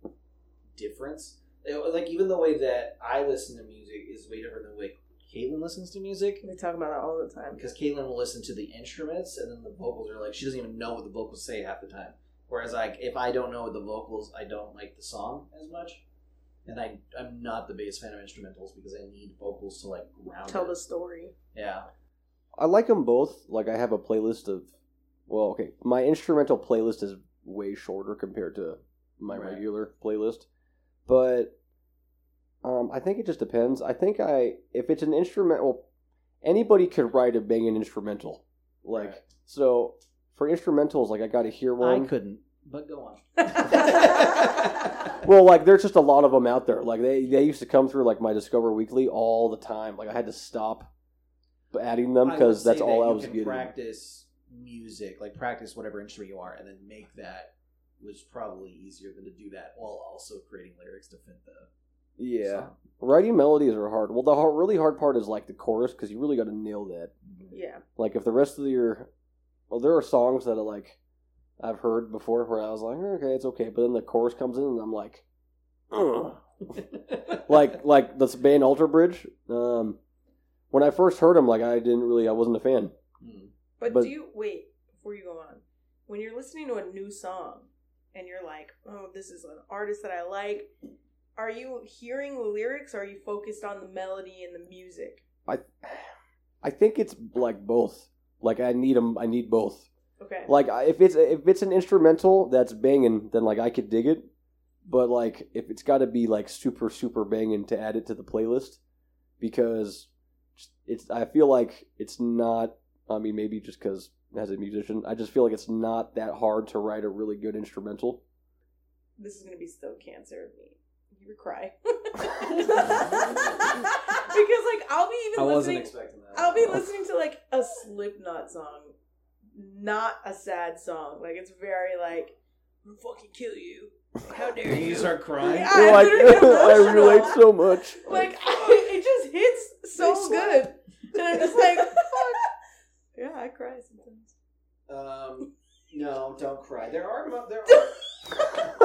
[SPEAKER 2] difference. It was Like even the way that I listen to music is way different than the way Caitlin listens to music.
[SPEAKER 3] We talk about it all the time.
[SPEAKER 2] Because Caitlin will listen to the instruments and then the vocals are like she doesn't even know what the vocals say half the time. Whereas like if I don't know the vocals, I don't like the song as much. And I I'm not the biggest fan of instrumentals because I need vocals to like ground
[SPEAKER 3] Tell
[SPEAKER 2] it.
[SPEAKER 3] the story.
[SPEAKER 2] Yeah.
[SPEAKER 1] I like them both. Like I have a playlist of, well, okay, my instrumental playlist is way shorter compared to my
[SPEAKER 2] Right.
[SPEAKER 1] regular playlist, but um, I think it just depends. I think I if it's an instrumental, anybody could write a banging instrumental. Like
[SPEAKER 2] Right.
[SPEAKER 1] so, for instrumentals, like I got to hear one.
[SPEAKER 2] I couldn't, but go on. <laughs>
[SPEAKER 1] Well, like there's just a lot of them out there. Like they they used to come through like my Discover Weekly all the time. Like I had to stop adding them
[SPEAKER 2] I would
[SPEAKER 1] because
[SPEAKER 2] say
[SPEAKER 1] that's
[SPEAKER 2] that
[SPEAKER 1] all I
[SPEAKER 2] you
[SPEAKER 1] was
[SPEAKER 2] can
[SPEAKER 1] getting.
[SPEAKER 2] Practice music, like practice whatever instrument you are, and then make that, was probably easier than to do that while also creating lyrics to fit the
[SPEAKER 1] Yeah.
[SPEAKER 2] song.
[SPEAKER 1] Writing melodies are hard. Well, the hard, really hard part is like the chorus because you really got to nail that.
[SPEAKER 3] yeah.
[SPEAKER 1] Like if the rest of your, well, there are songs that are like I've heard before where I was like, "Eh, okay, it's okay, but then the chorus comes in and I'm like, "Ugh." <laughs>
[SPEAKER 2] <laughs>
[SPEAKER 1] like like this band Alter Bridge. Um, when I first heard them, like I didn't really, I wasn't a fan.
[SPEAKER 2] Mm.
[SPEAKER 3] But,
[SPEAKER 1] But-
[SPEAKER 3] do you wait before you go on? When you're listening to a new song and you're like, "Oh, this is an artist that I like," are you hearing lyrics? Or are you focused on the melody and the music?
[SPEAKER 1] I, I think it's like both. Like I need them. I need both.
[SPEAKER 3] Okay.
[SPEAKER 1] like I- if it's if it's an instrumental that's banging then like i could dig it but like if it's got to be like super super banging to add it to the playlist because it's i feel like it's not i mean maybe just because as a musician i just feel like it's not that hard to write a really good instrumental
[SPEAKER 3] this is gonna be so cancer of me. You
[SPEAKER 2] <laughs>
[SPEAKER 3] were crying <laughs> because like I'll be even
[SPEAKER 2] I wasn't
[SPEAKER 3] listening.
[SPEAKER 2] expecting that.
[SPEAKER 3] I'll be listening to like a Slipknot song, not a sad song. Like it's very like, "I'll fucking kill you. How dare
[SPEAKER 2] And
[SPEAKER 3] you?"
[SPEAKER 2] you start crying.
[SPEAKER 3] Yeah. I'm
[SPEAKER 1] like <laughs>
[SPEAKER 3] literally
[SPEAKER 1] i relate
[SPEAKER 3] emotional.
[SPEAKER 1] so much <laughs>
[SPEAKER 3] like <laughs> I, it just hits so good, and I'm just <laughs> like, fuck. Yeah, I cry sometimes.
[SPEAKER 2] Um, no, don't cry. There are mo- <laughs> there
[SPEAKER 3] <laughs>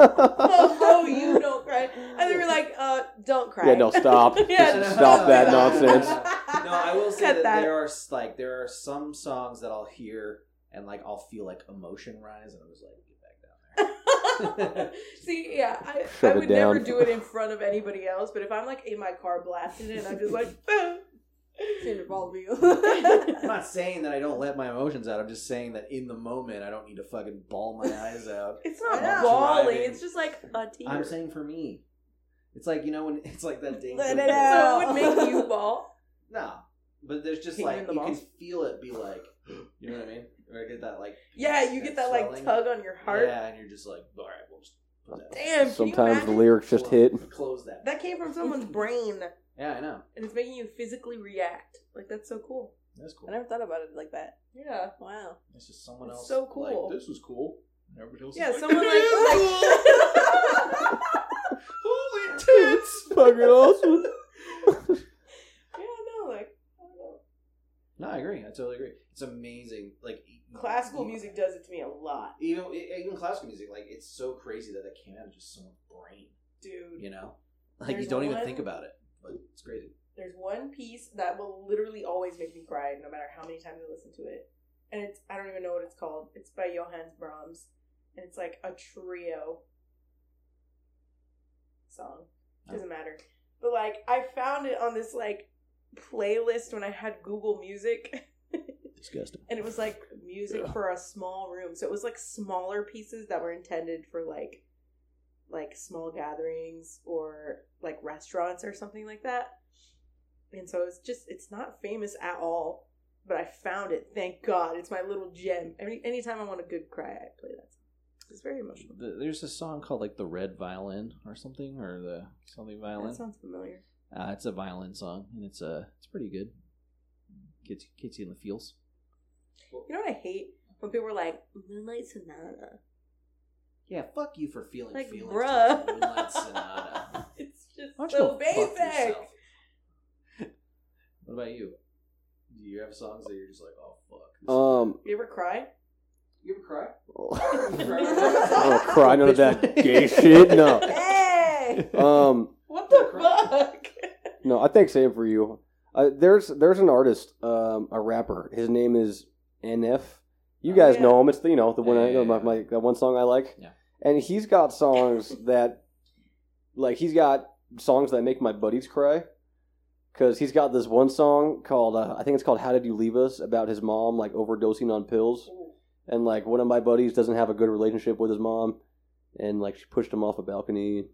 [SPEAKER 3] Oh, bro, you don't cry. And then you're like, uh, don't cry.
[SPEAKER 1] yeah no stop
[SPEAKER 3] <laughs> Yeah,
[SPEAKER 1] Just stop
[SPEAKER 3] <laughs>
[SPEAKER 1] that nonsense
[SPEAKER 2] are. No, I will say
[SPEAKER 3] Cut
[SPEAKER 2] that,
[SPEAKER 3] that.
[SPEAKER 2] there are s- like there are some songs that I'll hear and like I'll feel like emotion rise, and I was like, get back down there.
[SPEAKER 3] <laughs>
[SPEAKER 2] <laughs>
[SPEAKER 3] See, yeah, I,
[SPEAKER 1] Shove
[SPEAKER 3] I
[SPEAKER 1] it
[SPEAKER 3] would never
[SPEAKER 1] down.
[SPEAKER 3] do it in front of anybody else, but if I'm like in my car blasting it, and I'm just like, <laughs> boom.
[SPEAKER 6] It
[SPEAKER 3] <laughs>
[SPEAKER 6] involved you. <laughs>
[SPEAKER 2] I'm not saying that I don't let my emotions out. I'm just saying that in the moment, I don't need to fucking ball my eyes out.
[SPEAKER 3] It's not
[SPEAKER 6] Yeah.
[SPEAKER 3] bawling;
[SPEAKER 2] Driving.
[SPEAKER 3] it's just like a tear.
[SPEAKER 2] I'm saying for me, it's like you know when it's like that ding.
[SPEAKER 6] Let
[SPEAKER 2] ding,
[SPEAKER 6] it
[SPEAKER 2] ding.
[SPEAKER 6] out.
[SPEAKER 3] so it would make <laughs> you bawl.
[SPEAKER 2] No, but there's just
[SPEAKER 3] Hitting
[SPEAKER 2] like
[SPEAKER 3] in the
[SPEAKER 2] you can
[SPEAKER 3] balls.
[SPEAKER 2] feel it be like, <gasps> you know what I mean? Or I get that like
[SPEAKER 3] Yeah, you get that like
[SPEAKER 2] swelling.
[SPEAKER 3] tug on your heart.
[SPEAKER 2] Yeah, and you're just like, all right, we'll just put that.
[SPEAKER 3] Damn, can you
[SPEAKER 1] sometimes the
[SPEAKER 3] imagine?
[SPEAKER 1] lyrics just hit
[SPEAKER 2] Close that.
[SPEAKER 3] That came from someone's brain,
[SPEAKER 2] Yeah, I know.
[SPEAKER 3] and it's making you physically react. Like that's so cool.
[SPEAKER 2] That's cool.
[SPEAKER 6] I never thought about it like that.
[SPEAKER 3] Yeah.
[SPEAKER 6] Wow.
[SPEAKER 2] It's just someone
[SPEAKER 3] It's
[SPEAKER 2] else.
[SPEAKER 3] so cool.
[SPEAKER 2] Like, this was cool. And everybody else is
[SPEAKER 3] Yeah,
[SPEAKER 2] like, <laughs>
[SPEAKER 3] someone
[SPEAKER 2] "It is cool."
[SPEAKER 3] like, like <laughs>
[SPEAKER 2] Holy tits!
[SPEAKER 1] fucking awesome
[SPEAKER 2] <laughs>
[SPEAKER 3] Yeah, no, like I don't know.
[SPEAKER 2] No, I agree. I totally agree. It's amazing. Like e-
[SPEAKER 3] classical
[SPEAKER 2] e-
[SPEAKER 3] music does it to me a lot,
[SPEAKER 2] even e, even classical music, like it's so crazy that it came out of just someone's brain.
[SPEAKER 3] dude.
[SPEAKER 2] You know, like
[SPEAKER 3] There's
[SPEAKER 2] you don't even
[SPEAKER 3] one-
[SPEAKER 2] think about it, but it's crazy.
[SPEAKER 3] There's one piece that will literally always make me cry, no matter how many times I listen to it. And it's I don't even know what it's called. It's by Johannes Brahms, and it's like a trio song. Doesn't matter. But like I found it on this like playlist when I had Google Music. <laughs>
[SPEAKER 1] disgusting
[SPEAKER 3] and it was like music for a small room so it was like smaller pieces that were intended for like like small gatherings or like restaurants or something like that and so it's just it's not famous at all but i found it thank god it's my little gem Any, anytime i want a good cry i play that song it's very emotional
[SPEAKER 2] The- There's a song called like the Red Violin or something, or the something
[SPEAKER 3] that
[SPEAKER 2] violin.
[SPEAKER 3] sounds familiar
[SPEAKER 2] Uh, it's a violin song, and it's uh, it's pretty good. Gets gets you in the feels.
[SPEAKER 3] you know what i hate when people are like moonlight sonata
[SPEAKER 2] Yeah, fuck you for feeling
[SPEAKER 3] like
[SPEAKER 2] feelings.
[SPEAKER 3] bruh
[SPEAKER 2] towards
[SPEAKER 3] <laughs>
[SPEAKER 2] Moonlight Sonata.
[SPEAKER 3] it's just
[SPEAKER 2] Why don't you
[SPEAKER 3] so
[SPEAKER 2] go fuck
[SPEAKER 3] basic
[SPEAKER 2] yourself? what about you? Do you have songs that you're just like, oh fuck? this-
[SPEAKER 1] um
[SPEAKER 3] <laughs>
[SPEAKER 1] oh,
[SPEAKER 3] you ever cry
[SPEAKER 2] <laughs> you ever cry? <laughs>
[SPEAKER 3] <laughs>
[SPEAKER 1] I don't cry none of that gay shit. No,
[SPEAKER 3] hey
[SPEAKER 1] <laughs>
[SPEAKER 6] Why?
[SPEAKER 1] Um,
[SPEAKER 3] What the fuck?
[SPEAKER 1] no, I think same for you. Uh, there's there's an artist, um, a rapper. His name is NF. You
[SPEAKER 2] Oh,
[SPEAKER 1] guys
[SPEAKER 3] yeah.
[SPEAKER 1] know him. It's the you know the one
[SPEAKER 2] Yeah,
[SPEAKER 1] I,
[SPEAKER 2] yeah,
[SPEAKER 1] my,
[SPEAKER 2] yeah.
[SPEAKER 1] my- that one song I like.
[SPEAKER 2] Yeah.
[SPEAKER 1] And he's got songs that, like he's got songs that make my buddies cry, because he's got this one song called uh, I think it's called "How Did You Leave Us" about his mom like overdosing on pills. and like one of my buddies doesn't have a good relationship with his mom, and like she pushed him off a balcony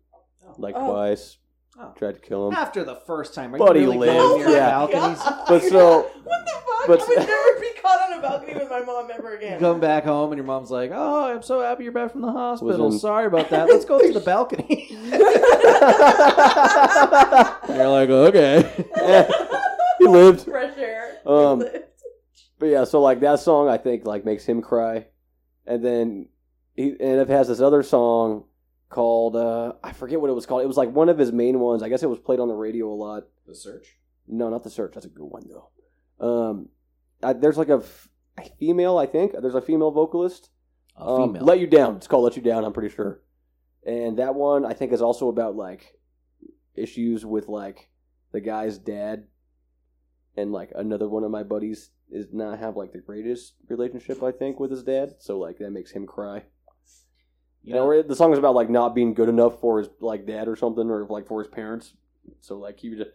[SPEAKER 1] like
[SPEAKER 6] Oh.
[SPEAKER 1] twice,
[SPEAKER 2] Oh.
[SPEAKER 1] tried to kill him.
[SPEAKER 2] After the first time, are
[SPEAKER 1] Buddy
[SPEAKER 2] you really
[SPEAKER 1] lives,
[SPEAKER 2] going near
[SPEAKER 1] yeah.
[SPEAKER 2] <laughs> balconies?
[SPEAKER 1] But so-
[SPEAKER 3] Oh what the fuck?
[SPEAKER 1] but-
[SPEAKER 3] I would never be
[SPEAKER 1] <laughs>
[SPEAKER 3] caught on a balcony with my mom ever
[SPEAKER 2] You
[SPEAKER 3] again. <laughs>
[SPEAKER 2] come back home and your mom's like, "Oh, I'm so happy you're back from the hospital.
[SPEAKER 1] Was in-
[SPEAKER 2] Sorry about that. Let's go to the
[SPEAKER 1] <laughs>
[SPEAKER 2] balcony." and you're
[SPEAKER 1] <laughs>
[SPEAKER 2] like, "Okay."
[SPEAKER 1] he lived.
[SPEAKER 3] Fresh air.
[SPEAKER 1] Um, but yeah, so like that song I think like makes him cry, and then he and if has this other song called uh I forget what it was called. It was like one of his main ones. I guess it was played on the radio a lot.
[SPEAKER 2] The search.
[SPEAKER 1] No, not the search. That's a good one though. Um, I, there's like a, f- a female. I think there's a female vocalist.
[SPEAKER 2] A
[SPEAKER 1] Um,
[SPEAKER 2] female.
[SPEAKER 1] Let You Down. It's called Let You Down, I'm pretty sure. And that one, I think, is also about, like, issues with, like, the guy's dad. And, like, another one of my buddies is not have, like, the greatest relationship, I think, with his dad. So, like, that makes him cry. And
[SPEAKER 2] you know,
[SPEAKER 1] or the song is about, like, not being good enough for his, like, dad or something, or, like, for his parents. So, like, he would.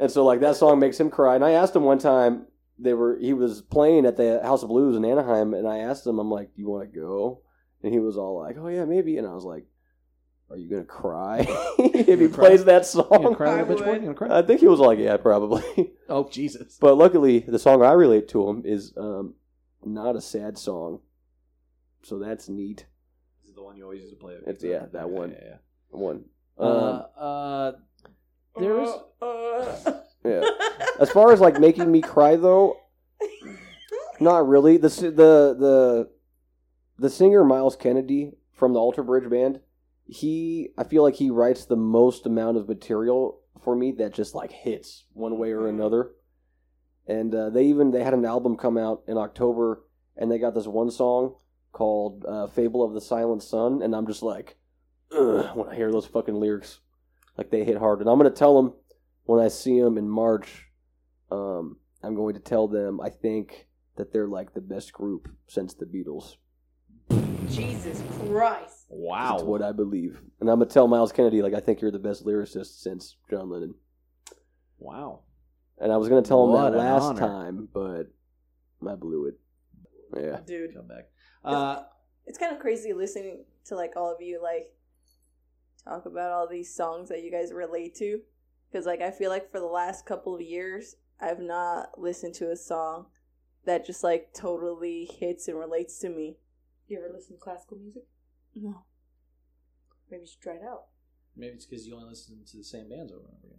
[SPEAKER 1] And so, like, that song makes him cry. And I asked him one time, they were he was playing at the House of Blues in Anaheim, and I asked him, I'm like, "Do you want to go?" And he was all like, "Oh yeah, maybe." And I was like, "Are you gonna cry <laughs> if he
[SPEAKER 2] gonna cry?
[SPEAKER 1] plays that
[SPEAKER 2] you gonna
[SPEAKER 1] song?"
[SPEAKER 2] cry,
[SPEAKER 3] I
[SPEAKER 2] little bitch boy?
[SPEAKER 3] would.
[SPEAKER 2] You gonna cry?
[SPEAKER 1] I think he was like, "Yeah, probably." <laughs>
[SPEAKER 2] oh Jesus!
[SPEAKER 1] but luckily, the song I relate to him is um, not a sad song, so that's neat.
[SPEAKER 2] This is the one you always used to play.
[SPEAKER 1] It's- yeah, that one.
[SPEAKER 2] Yeah, yeah.
[SPEAKER 1] One,
[SPEAKER 2] Uh,
[SPEAKER 1] um,
[SPEAKER 2] uh, there's
[SPEAKER 3] <laughs> Uh,
[SPEAKER 1] yeah. As far as like making me cry though, not really. The si- the the the singer Miles Kennedy from the Alter Bridge Band, he I feel like he writes the most amount of material for me that just like hits one way or
[SPEAKER 3] Mhm.
[SPEAKER 1] another. And uh, they even they had an album come out in October, and they got this one song called uh, "Fable of the Silent Sun," and I'm just like, Ugh, when I hear those fucking lyrics, like they hit hard. And I'm gonna tell them when I see them in March. Um, I'm going to tell them I think that they're like the best group since the Beatles.
[SPEAKER 3] Jesus Christ.
[SPEAKER 2] wow.
[SPEAKER 1] That's what I believe. And I'm gonna tell Miles Kennedy like I think you're the best lyricist since John Lennon.
[SPEAKER 2] wow.
[SPEAKER 1] And I was gonna tell him
[SPEAKER 2] What
[SPEAKER 1] that
[SPEAKER 2] an
[SPEAKER 1] last
[SPEAKER 2] honor.
[SPEAKER 1] time, but I blew it. Yeah.
[SPEAKER 3] Dude.
[SPEAKER 2] Come back. Uh,
[SPEAKER 6] it's kind of crazy listening to like all of you like talk about all these songs that you guys relate to because like i feel like for the last couple of years i've not listened to a song that just like totally hits and relates to me
[SPEAKER 3] You ever listen to classical music?
[SPEAKER 6] no
[SPEAKER 3] Maybe you should try it out.
[SPEAKER 2] maybe it's because you only listen to the same bands over and over again.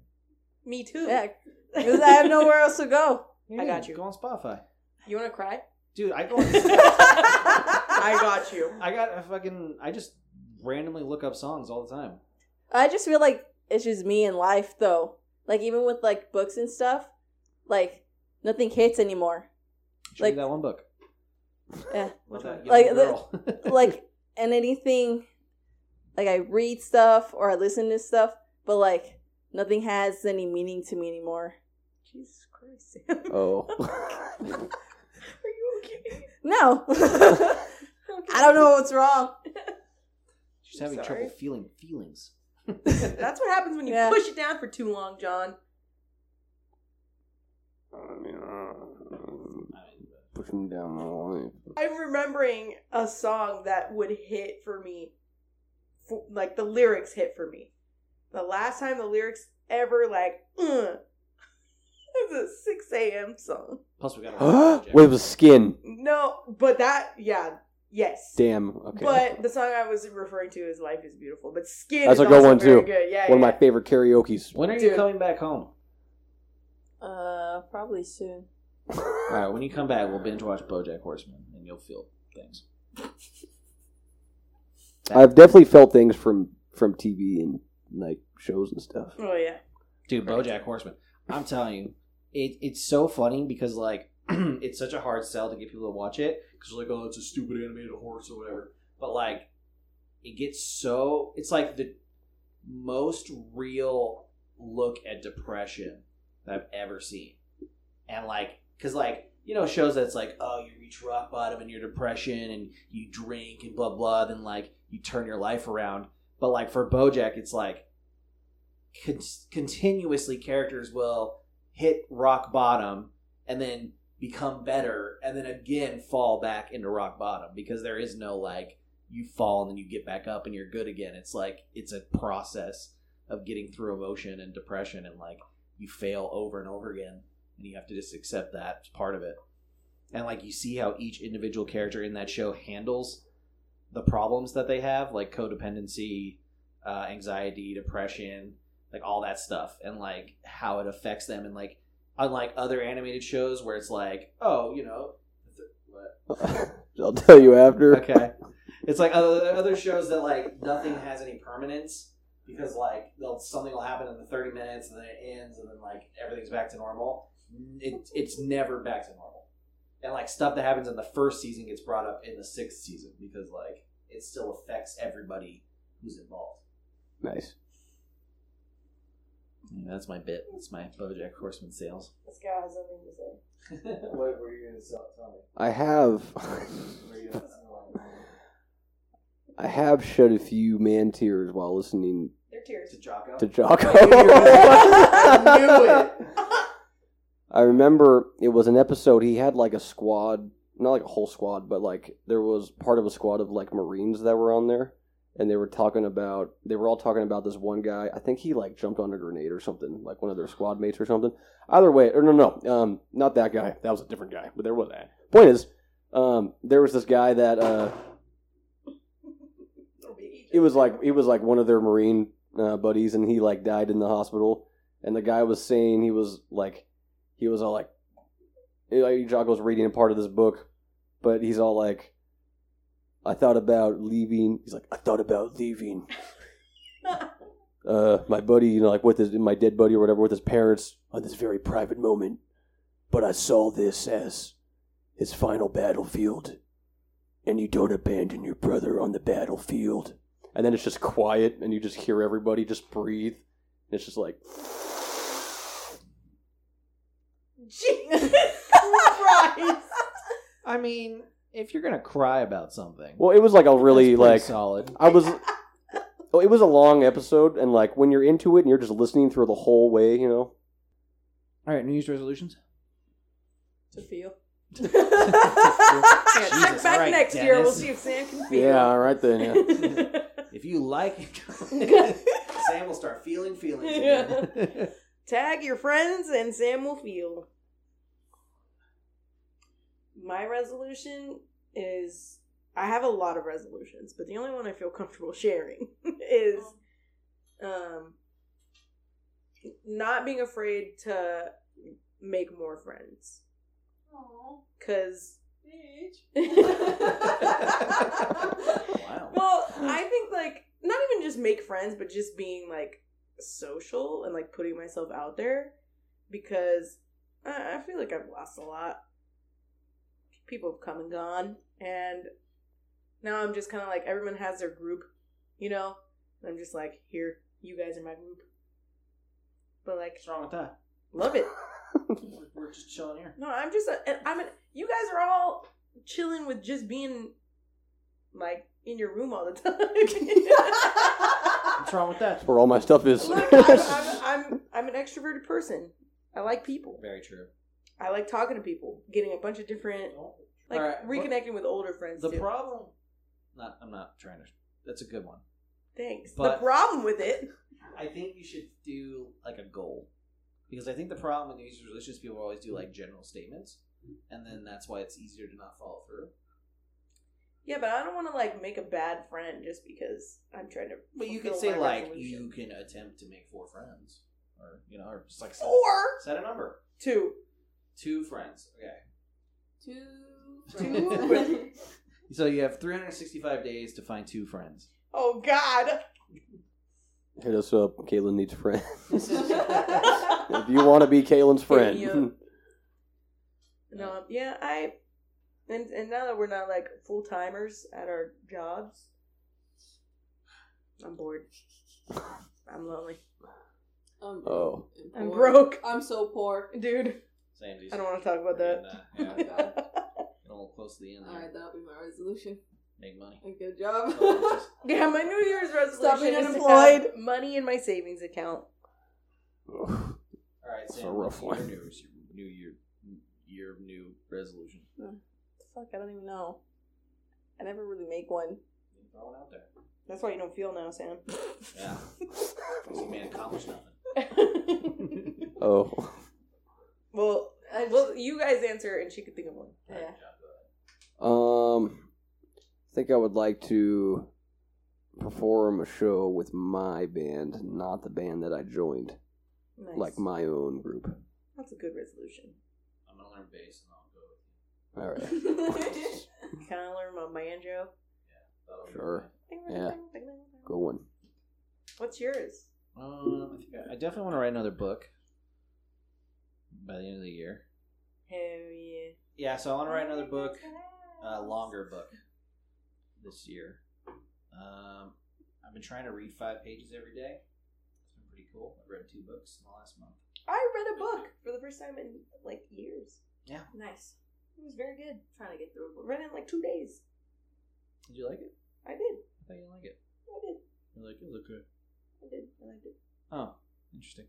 [SPEAKER 3] Me too.
[SPEAKER 6] yeah
[SPEAKER 3] <laughs>
[SPEAKER 6] because i <laughs> have nowhere else to go
[SPEAKER 3] I got you.
[SPEAKER 2] Go on Spotify,
[SPEAKER 3] You want to cry?
[SPEAKER 2] dude.
[SPEAKER 3] <laughs>
[SPEAKER 2] I go. On,
[SPEAKER 3] I got you.
[SPEAKER 2] I got a fucking. I just randomly look up songs all the time.
[SPEAKER 6] I just feel like it's just me in life though. Like even with like books and stuff, like nothing hits anymore.
[SPEAKER 2] Show like
[SPEAKER 6] Like-
[SPEAKER 2] that one book.
[SPEAKER 6] Eh.
[SPEAKER 2] With that
[SPEAKER 6] Like
[SPEAKER 2] young
[SPEAKER 6] the-
[SPEAKER 2] girl. <laughs>
[SPEAKER 6] like and anything like I read stuff or I listen to stuff, but like nothing has any meaning to me anymore.
[SPEAKER 3] <laughs> Jesus Christ, Sam.
[SPEAKER 1] <laughs>
[SPEAKER 2] <laughs>
[SPEAKER 3] <laughs>
[SPEAKER 1] Oh.
[SPEAKER 3] Are you okay?
[SPEAKER 6] No. <laughs> I don't know what's wrong.
[SPEAKER 2] she's having
[SPEAKER 3] Sorry.
[SPEAKER 2] trouble feeling feelings.
[SPEAKER 3] That's what happens when you
[SPEAKER 6] Yeah.
[SPEAKER 3] push it down for too long, John.
[SPEAKER 1] Pushing down my life.
[SPEAKER 3] I'm remembering a song that would hit for me, for, like the lyrics hit for me. The last time the lyrics ever like, uh, <laughs> it's a 6 a.m. song.
[SPEAKER 2] Plus,
[SPEAKER 1] <gasps>
[SPEAKER 2] we got a
[SPEAKER 1] Wait,
[SPEAKER 2] project.
[SPEAKER 1] it was skin.
[SPEAKER 3] No, but that, yeah, yes.
[SPEAKER 1] Damn. Okay.
[SPEAKER 3] But the song I was referring to is "Life Is Beautiful," but "Skin"
[SPEAKER 1] That's
[SPEAKER 3] is
[SPEAKER 1] a good
[SPEAKER 3] also
[SPEAKER 1] one,
[SPEAKER 3] very
[SPEAKER 1] too.
[SPEAKER 3] Good. Yeah,
[SPEAKER 1] one of
[SPEAKER 3] yeah.
[SPEAKER 1] my favorite
[SPEAKER 2] <laughs>
[SPEAKER 1] karaoke's.
[SPEAKER 2] When are you
[SPEAKER 3] Dude.
[SPEAKER 2] coming back home?
[SPEAKER 6] Uh probably <laughs> soon.
[SPEAKER 2] All right, when you come back, we'll binge watch BoJack Horseman, and you'll feel things.
[SPEAKER 1] I've definitely felt things from from TV and like shows and stuff.
[SPEAKER 3] Oh yeah.
[SPEAKER 2] Dude, BoJack Horseman. I'm telling you, it, it's so funny because like <clears throat> it's such a hard sell to get people to watch it because like, oh, it's a stupid animated horse or whatever. But like, it gets so it's like the most real look at depression that I've ever seen. And like, cause like, you know, shows that's like, oh, you reach rock bottom in your depression and you drink and blah blah, then like you turn your life around. But like for BoJack, it's like con- continuously characters will hit rock bottom and then become better and then again fall back into rock bottom because there is no like you fall and then you get back up and you're good again. It's like it's a process of getting through emotion and depression and like you fail over and over again and you have to just accept that as part of it. And like you see how each individual character in that show handles the problems that they have, like codependency, uh, anxiety, depression, like all that stuff, and like how it affects them. And like unlike other animated shows where it's like, oh, you know, what?
[SPEAKER 1] I'll tell you after.
[SPEAKER 2] okay, it's like other other shows that like nothing has any permanence because like they'll, something will happen in the thirty minutes and then it ends and then like everything's back to normal. It, it's never back to normal, and like stuff that happens in the first season gets brought up in the sixth season because like it still affects everybody who's involved.
[SPEAKER 1] Nice.
[SPEAKER 2] Yeah, that's my bit. That's my BoJack Horseman sales.
[SPEAKER 3] This guy has something to say.
[SPEAKER 2] <laughs> what were you going to sell? Tell me.
[SPEAKER 1] I have, <laughs>
[SPEAKER 2] What were you going to sell?
[SPEAKER 1] I have shed a few man tears while listening
[SPEAKER 6] They're
[SPEAKER 3] <laughs>
[SPEAKER 6] tears.
[SPEAKER 2] To Jocko.
[SPEAKER 1] to Jocko. <laughs>
[SPEAKER 2] I knew it.
[SPEAKER 1] I remember it was an episode. He had like a squad, not like a whole squad, but like there was part of a squad of like Marines that were on there, and they were talking about they were all talking about this one guy. I think he like jumped on a grenade or something, like one of their squad mates or something. Either way, or no, no, um, not that guy. That was a different guy. But there was that. Point is, um, there was this guy that uh, it was like it was like one of their Marine uh, buddies, and he like died in the hospital. And the guy was saying he was like he was all like, like, Jocko's reading a part of this book, but he's all like, I thought about leaving. He's like, I thought about leaving. uh, my buddy, you know, like with his my dead buddy or whatever, with his parents on this very private moment. But I saw this as his final battlefield, and you don't abandon your brother on the battlefield. And then it's just quiet, and you just hear everybody just breathe. And it's just like,
[SPEAKER 3] <laughs> Jesus Christ!
[SPEAKER 2] I mean, if you're gonna cry about something,
[SPEAKER 1] well, it was like a really
[SPEAKER 2] that's pretty
[SPEAKER 1] like
[SPEAKER 2] solid.
[SPEAKER 1] I was. Oh, it was a long episode, and like when you're into it and you're just listening through the whole way, you know.
[SPEAKER 2] All right, New Year's resolutions.
[SPEAKER 3] <laughs>
[SPEAKER 6] To feel.
[SPEAKER 3] Yeah, check
[SPEAKER 2] Jesus,
[SPEAKER 3] back
[SPEAKER 2] all right,
[SPEAKER 3] next year. We'll
[SPEAKER 2] Dennis.
[SPEAKER 3] see if Sam can feel.
[SPEAKER 1] Yeah, all right then. Yeah.
[SPEAKER 2] If you <laughs> like, Sam will start feeling feelings. Again.
[SPEAKER 3] <laughs>
[SPEAKER 2] <laughs>
[SPEAKER 3] Tag your friends and Sam will feel. My resolution is I have a lot of resolutions, but the only one I feel comfortable sharing <laughs> is um not being afraid to make more friends cuz
[SPEAKER 2] wow.
[SPEAKER 3] Well, I think like not even just make friends, but just being like social and like putting myself out there because I, I feel like I've lost a lot. People have come and gone, and now I'm just kind of like everyone has their group, you know. And I'm just like, here, you guys are my group, but like,
[SPEAKER 2] What's wrong with <laughs> that?
[SPEAKER 3] love it.
[SPEAKER 2] We're- We're just chilling here.
[SPEAKER 3] No, I'm just, a, and I'm. An, you guys are all chilling with just being like in your room all the time.
[SPEAKER 2] What's wrong with that?
[SPEAKER 1] Where all my stuff is.
[SPEAKER 3] <laughs> Look, I'm, I'm, I'm I'm an extroverted person. I like people.
[SPEAKER 2] Very true.
[SPEAKER 3] I like talking to people, getting a bunch of different, like
[SPEAKER 2] All right, what-
[SPEAKER 3] reconnecting with older friends.
[SPEAKER 2] The
[SPEAKER 3] too.
[SPEAKER 2] problem. Not. I'm not trying to. That's a good one.
[SPEAKER 3] Thanks.
[SPEAKER 2] but-
[SPEAKER 3] the problem with it.
[SPEAKER 2] I think you should do like a goal. Because I think the problem with these religious people always do like general statements, and then that's why it's easier to not follow through.
[SPEAKER 3] Yeah, but I don't want to like make a bad friend just because I'm trying to.
[SPEAKER 2] But you could
[SPEAKER 3] fulfill
[SPEAKER 2] say
[SPEAKER 3] my
[SPEAKER 2] like
[SPEAKER 3] resolution.
[SPEAKER 2] you can attempt to make four friends, or you know, or just like set,
[SPEAKER 3] Or
[SPEAKER 2] set a number,
[SPEAKER 3] two.
[SPEAKER 2] two friends. Okay,
[SPEAKER 6] Two.
[SPEAKER 2] friends. so you have 365 days to find two friends.
[SPEAKER 3] <laughs> Oh God.
[SPEAKER 1] <laughs> Hit us up. Kaylin needs friends.
[SPEAKER 2] <laughs>
[SPEAKER 3] no,
[SPEAKER 1] if you want to be Kaylin's
[SPEAKER 3] Hit me
[SPEAKER 1] friend,
[SPEAKER 3] up. Um, yeah, I. And, and now that we're not like full timers at our jobs, I'm bored. I'm lonely.
[SPEAKER 5] I'm
[SPEAKER 1] <laughs> Oh.
[SPEAKER 3] I'm
[SPEAKER 5] poor.
[SPEAKER 3] broke. <laughs>
[SPEAKER 5] I'm so poor.
[SPEAKER 3] Dude,
[SPEAKER 2] Same uh,
[SPEAKER 3] I don't want to talk
[SPEAKER 1] <laughs>
[SPEAKER 3] about that.
[SPEAKER 2] yeah,
[SPEAKER 5] Oh, God.
[SPEAKER 2] get a little close to the end
[SPEAKER 5] All
[SPEAKER 2] there.
[SPEAKER 5] right, that'll be my resolution.
[SPEAKER 2] Make money.
[SPEAKER 5] Good job.
[SPEAKER 3] Yeah, my <laughs> New
[SPEAKER 5] <laughs>
[SPEAKER 3] Year's
[SPEAKER 5] Stop
[SPEAKER 3] resolution
[SPEAKER 5] being
[SPEAKER 3] is to
[SPEAKER 5] unemployed.
[SPEAKER 3] have money in my savings account.
[SPEAKER 2] All right,
[SPEAKER 1] It's a
[SPEAKER 2] Sam.
[SPEAKER 1] rough
[SPEAKER 2] what's
[SPEAKER 1] one.
[SPEAKER 2] Your new, new year, year of new resolution.
[SPEAKER 6] Fuck, I don't even know. I never really make one.
[SPEAKER 2] Throw it out there.
[SPEAKER 3] That's why you don't feel now, <laughs> Sam.
[SPEAKER 2] <laughs> Yeah. You man accomplish nothing.
[SPEAKER 1] Oh.
[SPEAKER 3] well, I- well, you guys answer, and she could think of one.
[SPEAKER 5] yeah.
[SPEAKER 1] Um, I think I would like to perform a show with my band, not the band that I joined,
[SPEAKER 3] Nice.
[SPEAKER 1] like my own group.
[SPEAKER 3] That's a good
[SPEAKER 1] <laughs>
[SPEAKER 3] resolution.
[SPEAKER 2] I'm gonna learn bass and I'll go.
[SPEAKER 1] All <laughs> right.
[SPEAKER 3] Can I learn my banjo?
[SPEAKER 2] That'll be
[SPEAKER 1] Sure.
[SPEAKER 3] Ding,
[SPEAKER 1] Yeah.
[SPEAKER 3] ding, ding, ding, ding.
[SPEAKER 1] Good one.
[SPEAKER 3] What's yours?
[SPEAKER 2] Um, I, think I, I definitely want to write another book by the end of the year.
[SPEAKER 3] Hell yeah.
[SPEAKER 2] Yeah, so I want to write another book, a longer book, this year. Um, I've been trying to read five pages every day. It's been pretty cool. I've read two books in the last month.
[SPEAKER 3] I read a book for the first time in like years.
[SPEAKER 2] Yeah.
[SPEAKER 3] Nice. It was very good.
[SPEAKER 5] Trying to get through a book.
[SPEAKER 3] Read it in like two days.
[SPEAKER 2] Did you like it?
[SPEAKER 3] I did.
[SPEAKER 2] I thought you didn't like it.
[SPEAKER 3] I did.
[SPEAKER 2] You're like, it looked good.
[SPEAKER 3] I did. I liked it.
[SPEAKER 2] Oh, interesting.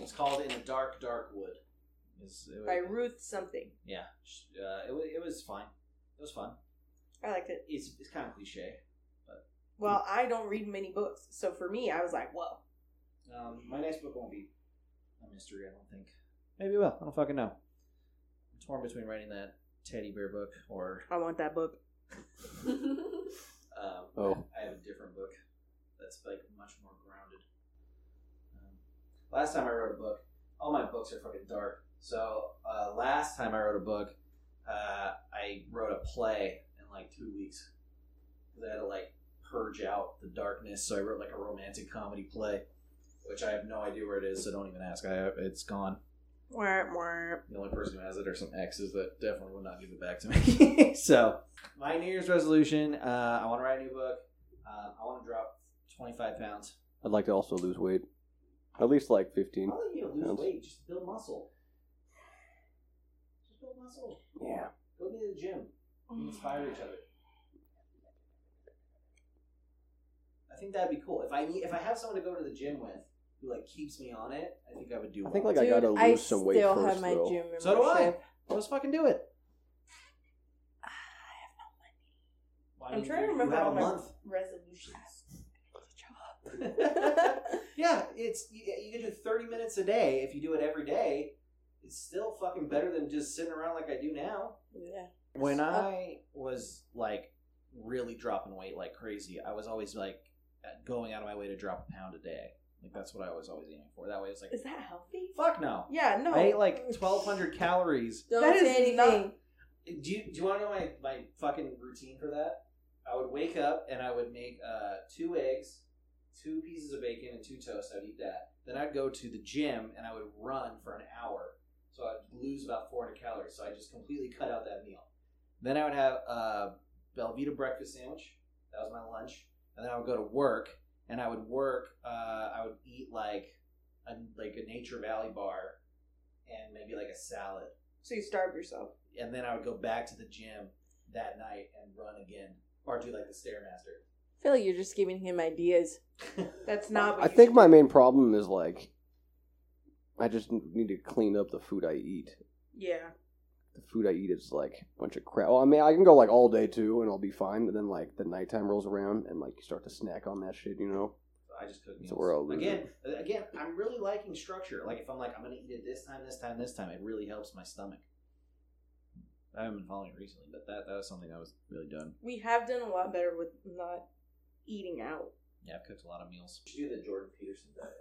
[SPEAKER 2] it's called In the Dark, Dark Wood. Is it,
[SPEAKER 3] By Ruth something.
[SPEAKER 2] yeah, sh- uh, it, wa- it was fine. It was fun.
[SPEAKER 3] I liked it.
[SPEAKER 2] It's it's kind of cliche.
[SPEAKER 3] Well, I don't read many books, so for me, I was like, whoa.
[SPEAKER 2] Um, my next book won't be a mystery, I don't think. Maybe it will. I don't fucking know. I'm torn between writing that teddy bear book or
[SPEAKER 3] I want
[SPEAKER 2] <laughs>
[SPEAKER 3] that book.
[SPEAKER 2] um,
[SPEAKER 1] Oh.
[SPEAKER 2] I have a different book that's like much more grounded. Um, last time I wrote a book, all my books are fucking dark. So uh, last time I wrote a book, uh, I wrote a play in like two weeks because I had to like purge out the darkness. So I wrote like a romantic comedy play, which I have no idea where it is. So don't even ask. I it's gone.
[SPEAKER 3] Warp, warp.
[SPEAKER 2] The only person who has it are some exes that definitely would not give it back to me. <laughs> so, my New Year's resolution: uh, I want to write a new book. Uh, I want to drop twenty-five pounds.
[SPEAKER 1] I'd like to also lose weight. At least like 15.
[SPEAKER 2] I'll let you lose
[SPEAKER 1] Pounds.
[SPEAKER 2] weight. Just build muscle. Just build muscle.
[SPEAKER 1] Yeah.
[SPEAKER 2] Go to the gym. We inspire each other. I think that'd be cool. If I need, if I have someone to go to the gym with who like keeps me on it, I think I would do.
[SPEAKER 1] I think
[SPEAKER 2] well.
[SPEAKER 1] like I gotta lose some weight
[SPEAKER 6] still
[SPEAKER 1] first
[SPEAKER 6] have my
[SPEAKER 1] though. <laughs>
[SPEAKER 6] gym membership. <laughs>
[SPEAKER 2] so do I. Let's fucking do it. Why
[SPEAKER 3] I'm
[SPEAKER 2] do
[SPEAKER 3] trying to
[SPEAKER 2] you-
[SPEAKER 3] remember
[SPEAKER 2] You have
[SPEAKER 3] all
[SPEAKER 2] a
[SPEAKER 3] my
[SPEAKER 2] month.
[SPEAKER 3] resolutions. <laughs>
[SPEAKER 2] <laughs> yeah, it's you, you can do thirty minutes a day if you do it every day. It's still fucking better than just sitting around like I do now.
[SPEAKER 6] Yeah.
[SPEAKER 2] When
[SPEAKER 6] Uh,
[SPEAKER 2] I was like really dropping weight like crazy, I was always like uh, going out of my way to drop a pound a day. Like that's what I was always aiming for. That way, it's like
[SPEAKER 3] Is that healthy?
[SPEAKER 2] fuck no.
[SPEAKER 3] Yeah, no.
[SPEAKER 2] I ate like twelve hundred calories.
[SPEAKER 6] Don't
[SPEAKER 3] That
[SPEAKER 6] say
[SPEAKER 3] is not-
[SPEAKER 6] anything.
[SPEAKER 2] Do you do you want to know my my fucking routine for that? I would wake up and I would make uh, two eggs, two pieces of bacon, and two toast. I'd eat that. Then I'd go to the gym and I would run for an hour. So I'd lose about 400 calories. So I just completely cut out that meal. Then I would have a Belvita breakfast sandwich. That was my lunch. And then I would go to work and I would work. Uh, I would eat like a, like a Nature Valley bar and maybe like a salad
[SPEAKER 3] So you starve yourself.
[SPEAKER 2] and then I would go back to the gym that night and run again, or do like the stairmaster.
[SPEAKER 6] I feel like you're just giving him ideas.
[SPEAKER 3] That's not what
[SPEAKER 1] I
[SPEAKER 3] you
[SPEAKER 1] think
[SPEAKER 3] should
[SPEAKER 1] my
[SPEAKER 3] do.
[SPEAKER 1] main problem is like I just n- need to clean up the food I eat.
[SPEAKER 3] Yeah.
[SPEAKER 1] The food I eat is like a bunch of crap. Well, I mean, I can go like all day too, and I'll be fine. But then like the nighttime rolls around, and like you start to snack on that shit, you know?
[SPEAKER 2] I just cook meals.
[SPEAKER 1] So we're all losing.
[SPEAKER 2] again, again, I'm really liking structure. Like if I'm like I'm gonna eat it this time, this time, this time, it really helps my stomach. I haven't been following it recently, but that that was something I was really done.
[SPEAKER 3] We have done a lot better with not eating out.
[SPEAKER 2] Yeah, I've cooked a lot of meals. Do the Jordan Peterson diet.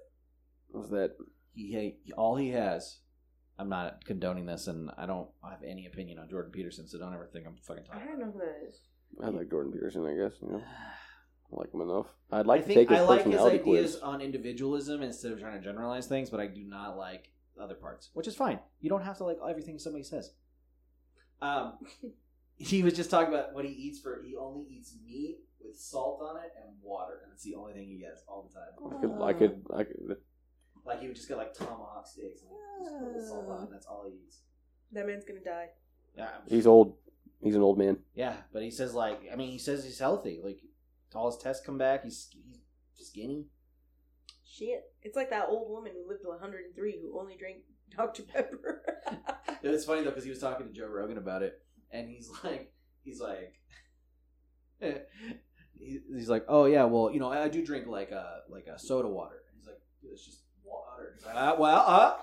[SPEAKER 1] Was that
[SPEAKER 2] He ha- all he has. I'm not condoning this, and I don't have any opinion on Jordan Peterson, so don't ever think I'm fucking
[SPEAKER 3] I
[SPEAKER 2] talking.
[SPEAKER 3] don't know who that is.
[SPEAKER 1] I like Jordan Peterson, I guess. You know,
[SPEAKER 2] know.
[SPEAKER 1] I like him enough. I'd like
[SPEAKER 2] I
[SPEAKER 1] to
[SPEAKER 2] think
[SPEAKER 1] take his
[SPEAKER 2] I like his
[SPEAKER 1] personality
[SPEAKER 2] ideas
[SPEAKER 1] quiz.
[SPEAKER 2] on individualism instead of trying to generalize things, but I do not like other parts, which is fine. You don't have to like everything somebody says. Um, he was just talking about what he eats for. He only eats meat with salt on it and water, and it's the only thing he gets all the time.
[SPEAKER 1] I could, I could, I could.
[SPEAKER 2] Like he would just get like tomahawk steaks and like, just put a little salt on, it, and that's all he eats.
[SPEAKER 3] That man's gonna die.
[SPEAKER 2] Yeah,
[SPEAKER 1] He's old. He's an old man.
[SPEAKER 2] yeah, but he says like I mean he says he's healthy. Like all his tests come back. He's he's skinny.
[SPEAKER 3] Shit. It's like that old woman who lived to 103 who only drank <laughs> Dr. Pepper. <laughs>
[SPEAKER 2] It was funny though because he was talking to Joe Rogan about it, and he's <laughs> like, he's like, <laughs> he- he's like, oh yeah, well you know I I do drink like a like a soda water. He's like, it's just water. He's like, "Uh, well, uh,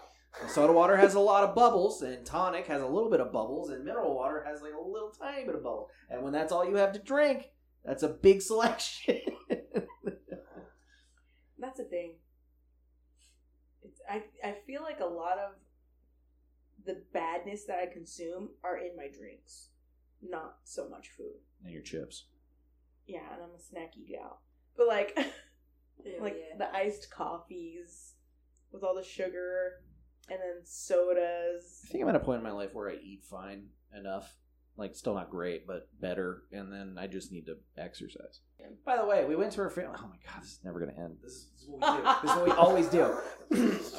[SPEAKER 2] the soda water has a lot of bubbles, and tonic has a little bit of bubbles, and mineral water has like a little tiny bit of bubble. And when that's all you have to drink, that's a big <laughs> selection.
[SPEAKER 3] That's a thing. It's, I I feel like a lot of the badness that I consume are in my drinks, not so much food.
[SPEAKER 2] and your chips.
[SPEAKER 3] Yeah, and I'm a snacky gal. But like <laughs> like
[SPEAKER 5] Like, yeah.
[SPEAKER 3] the iced coffees with all the sugar and then sodas.
[SPEAKER 2] I think I'm at a point in my life where I eat fine enough. Like, still not great, but better. And then I just need to exercise. By the way, we went to her family. Oh my god, this is never going to end. This is, this is what we do. this is what
[SPEAKER 3] <laughs>
[SPEAKER 2] we always do. <clears throat>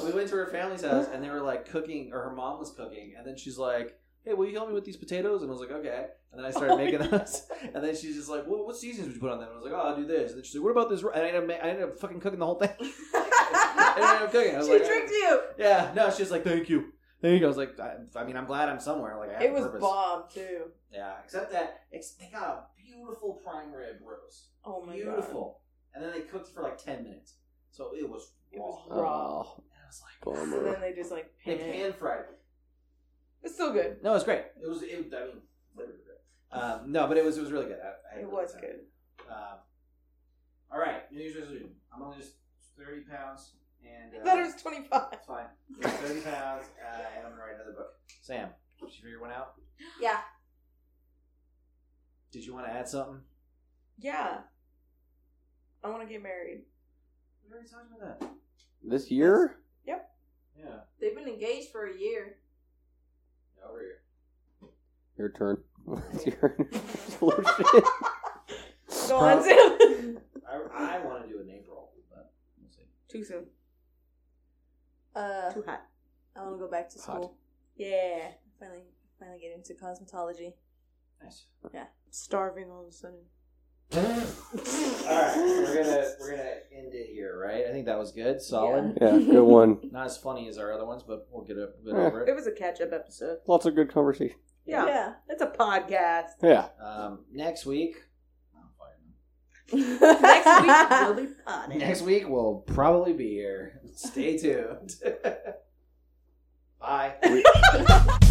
[SPEAKER 2] we went to her family's house, and they were like cooking, or her mom was cooking, and then she's like. Hey, will you help me with these potatoes? And I was like, okay. And then I
[SPEAKER 3] <laughs> Oh
[SPEAKER 2] started making those. <laughs> And then she's just like, well, what seasonings would you put on them? And I was like, oh, I'll do this. And then she's like, what about this? ri-" And I ended up, ma- I ended up fucking cooking the whole thing. <laughs> I ended up cooking. I was
[SPEAKER 3] she
[SPEAKER 2] like,
[SPEAKER 3] tricked you.
[SPEAKER 2] yeah, no, she's like, thank you. Thank you. I was like, I, I mean, I'm glad I'm somewhere. Like, I have
[SPEAKER 3] It
[SPEAKER 2] a
[SPEAKER 3] was
[SPEAKER 2] purpose.
[SPEAKER 3] bomb too.
[SPEAKER 2] Yeah, except that ex- they got a beautiful prime rib roast.
[SPEAKER 3] Oh my god.
[SPEAKER 2] beautiful. And then they cooked for like 10 minutes. So it was
[SPEAKER 3] It was
[SPEAKER 2] raw.
[SPEAKER 3] raw.
[SPEAKER 1] Oh,
[SPEAKER 2] And I was like,
[SPEAKER 3] So
[SPEAKER 1] bummer.
[SPEAKER 2] <laughs>
[SPEAKER 3] then they just like
[SPEAKER 2] they
[SPEAKER 3] pan it.
[SPEAKER 2] pan fried it.
[SPEAKER 3] It's still good.
[SPEAKER 2] No, it was great. It was, it, I mean, flavor great. Um, no, but it was it was really good. I, I had a
[SPEAKER 3] It
[SPEAKER 2] really
[SPEAKER 3] was
[SPEAKER 2] time.
[SPEAKER 3] good.
[SPEAKER 2] Um, all right, New Year's resolution. I'm only just 30 pounds and. Uh,
[SPEAKER 3] I thought it was 25.
[SPEAKER 2] It's fine. I'm 30 pounds uh, and I'm going to write another book. Sam, did you figure one out?
[SPEAKER 5] Yeah.
[SPEAKER 2] Did you want to add something?
[SPEAKER 3] Yeah. I want to get married.
[SPEAKER 2] We already talked about that.
[SPEAKER 1] This year?
[SPEAKER 2] Yeah.
[SPEAKER 5] They've been engaged for a year.
[SPEAKER 2] Over here.
[SPEAKER 1] Your turn. <laughs> It's
[SPEAKER 2] <laughs>
[SPEAKER 1] your resolution.
[SPEAKER 3] Go on, Sam. <laughs>
[SPEAKER 2] I, I want to do it in April, but we'll see.
[SPEAKER 3] Too soon.
[SPEAKER 6] Uh,
[SPEAKER 3] Too hot.
[SPEAKER 6] I want to go back to
[SPEAKER 1] Hot.
[SPEAKER 6] school.
[SPEAKER 3] Yeah.
[SPEAKER 6] Finally, finally get into cosmetology.
[SPEAKER 2] Nice.
[SPEAKER 3] Starving all of a sudden.
[SPEAKER 2] all right, we're gonna we're gonna end it here, right? I think that was good, solid.
[SPEAKER 1] <laughs> yeah, good one.
[SPEAKER 2] Not as funny as our other ones, but we'll get a
[SPEAKER 1] Yeah.
[SPEAKER 2] bit over
[SPEAKER 3] It
[SPEAKER 5] <laughs>
[SPEAKER 2] it.
[SPEAKER 3] was a catch up episode.
[SPEAKER 1] Lots of good conversation.
[SPEAKER 3] Yeah.
[SPEAKER 6] Yeah.
[SPEAKER 3] It's a podcast.
[SPEAKER 1] Yeah.
[SPEAKER 2] Um, next week.
[SPEAKER 6] <laughs>
[SPEAKER 3] Next week,
[SPEAKER 5] <laughs>
[SPEAKER 3] we'll be potting.
[SPEAKER 2] Next week we'll probably be here. Stay tuned. <laughs> Bye.
[SPEAKER 1] We-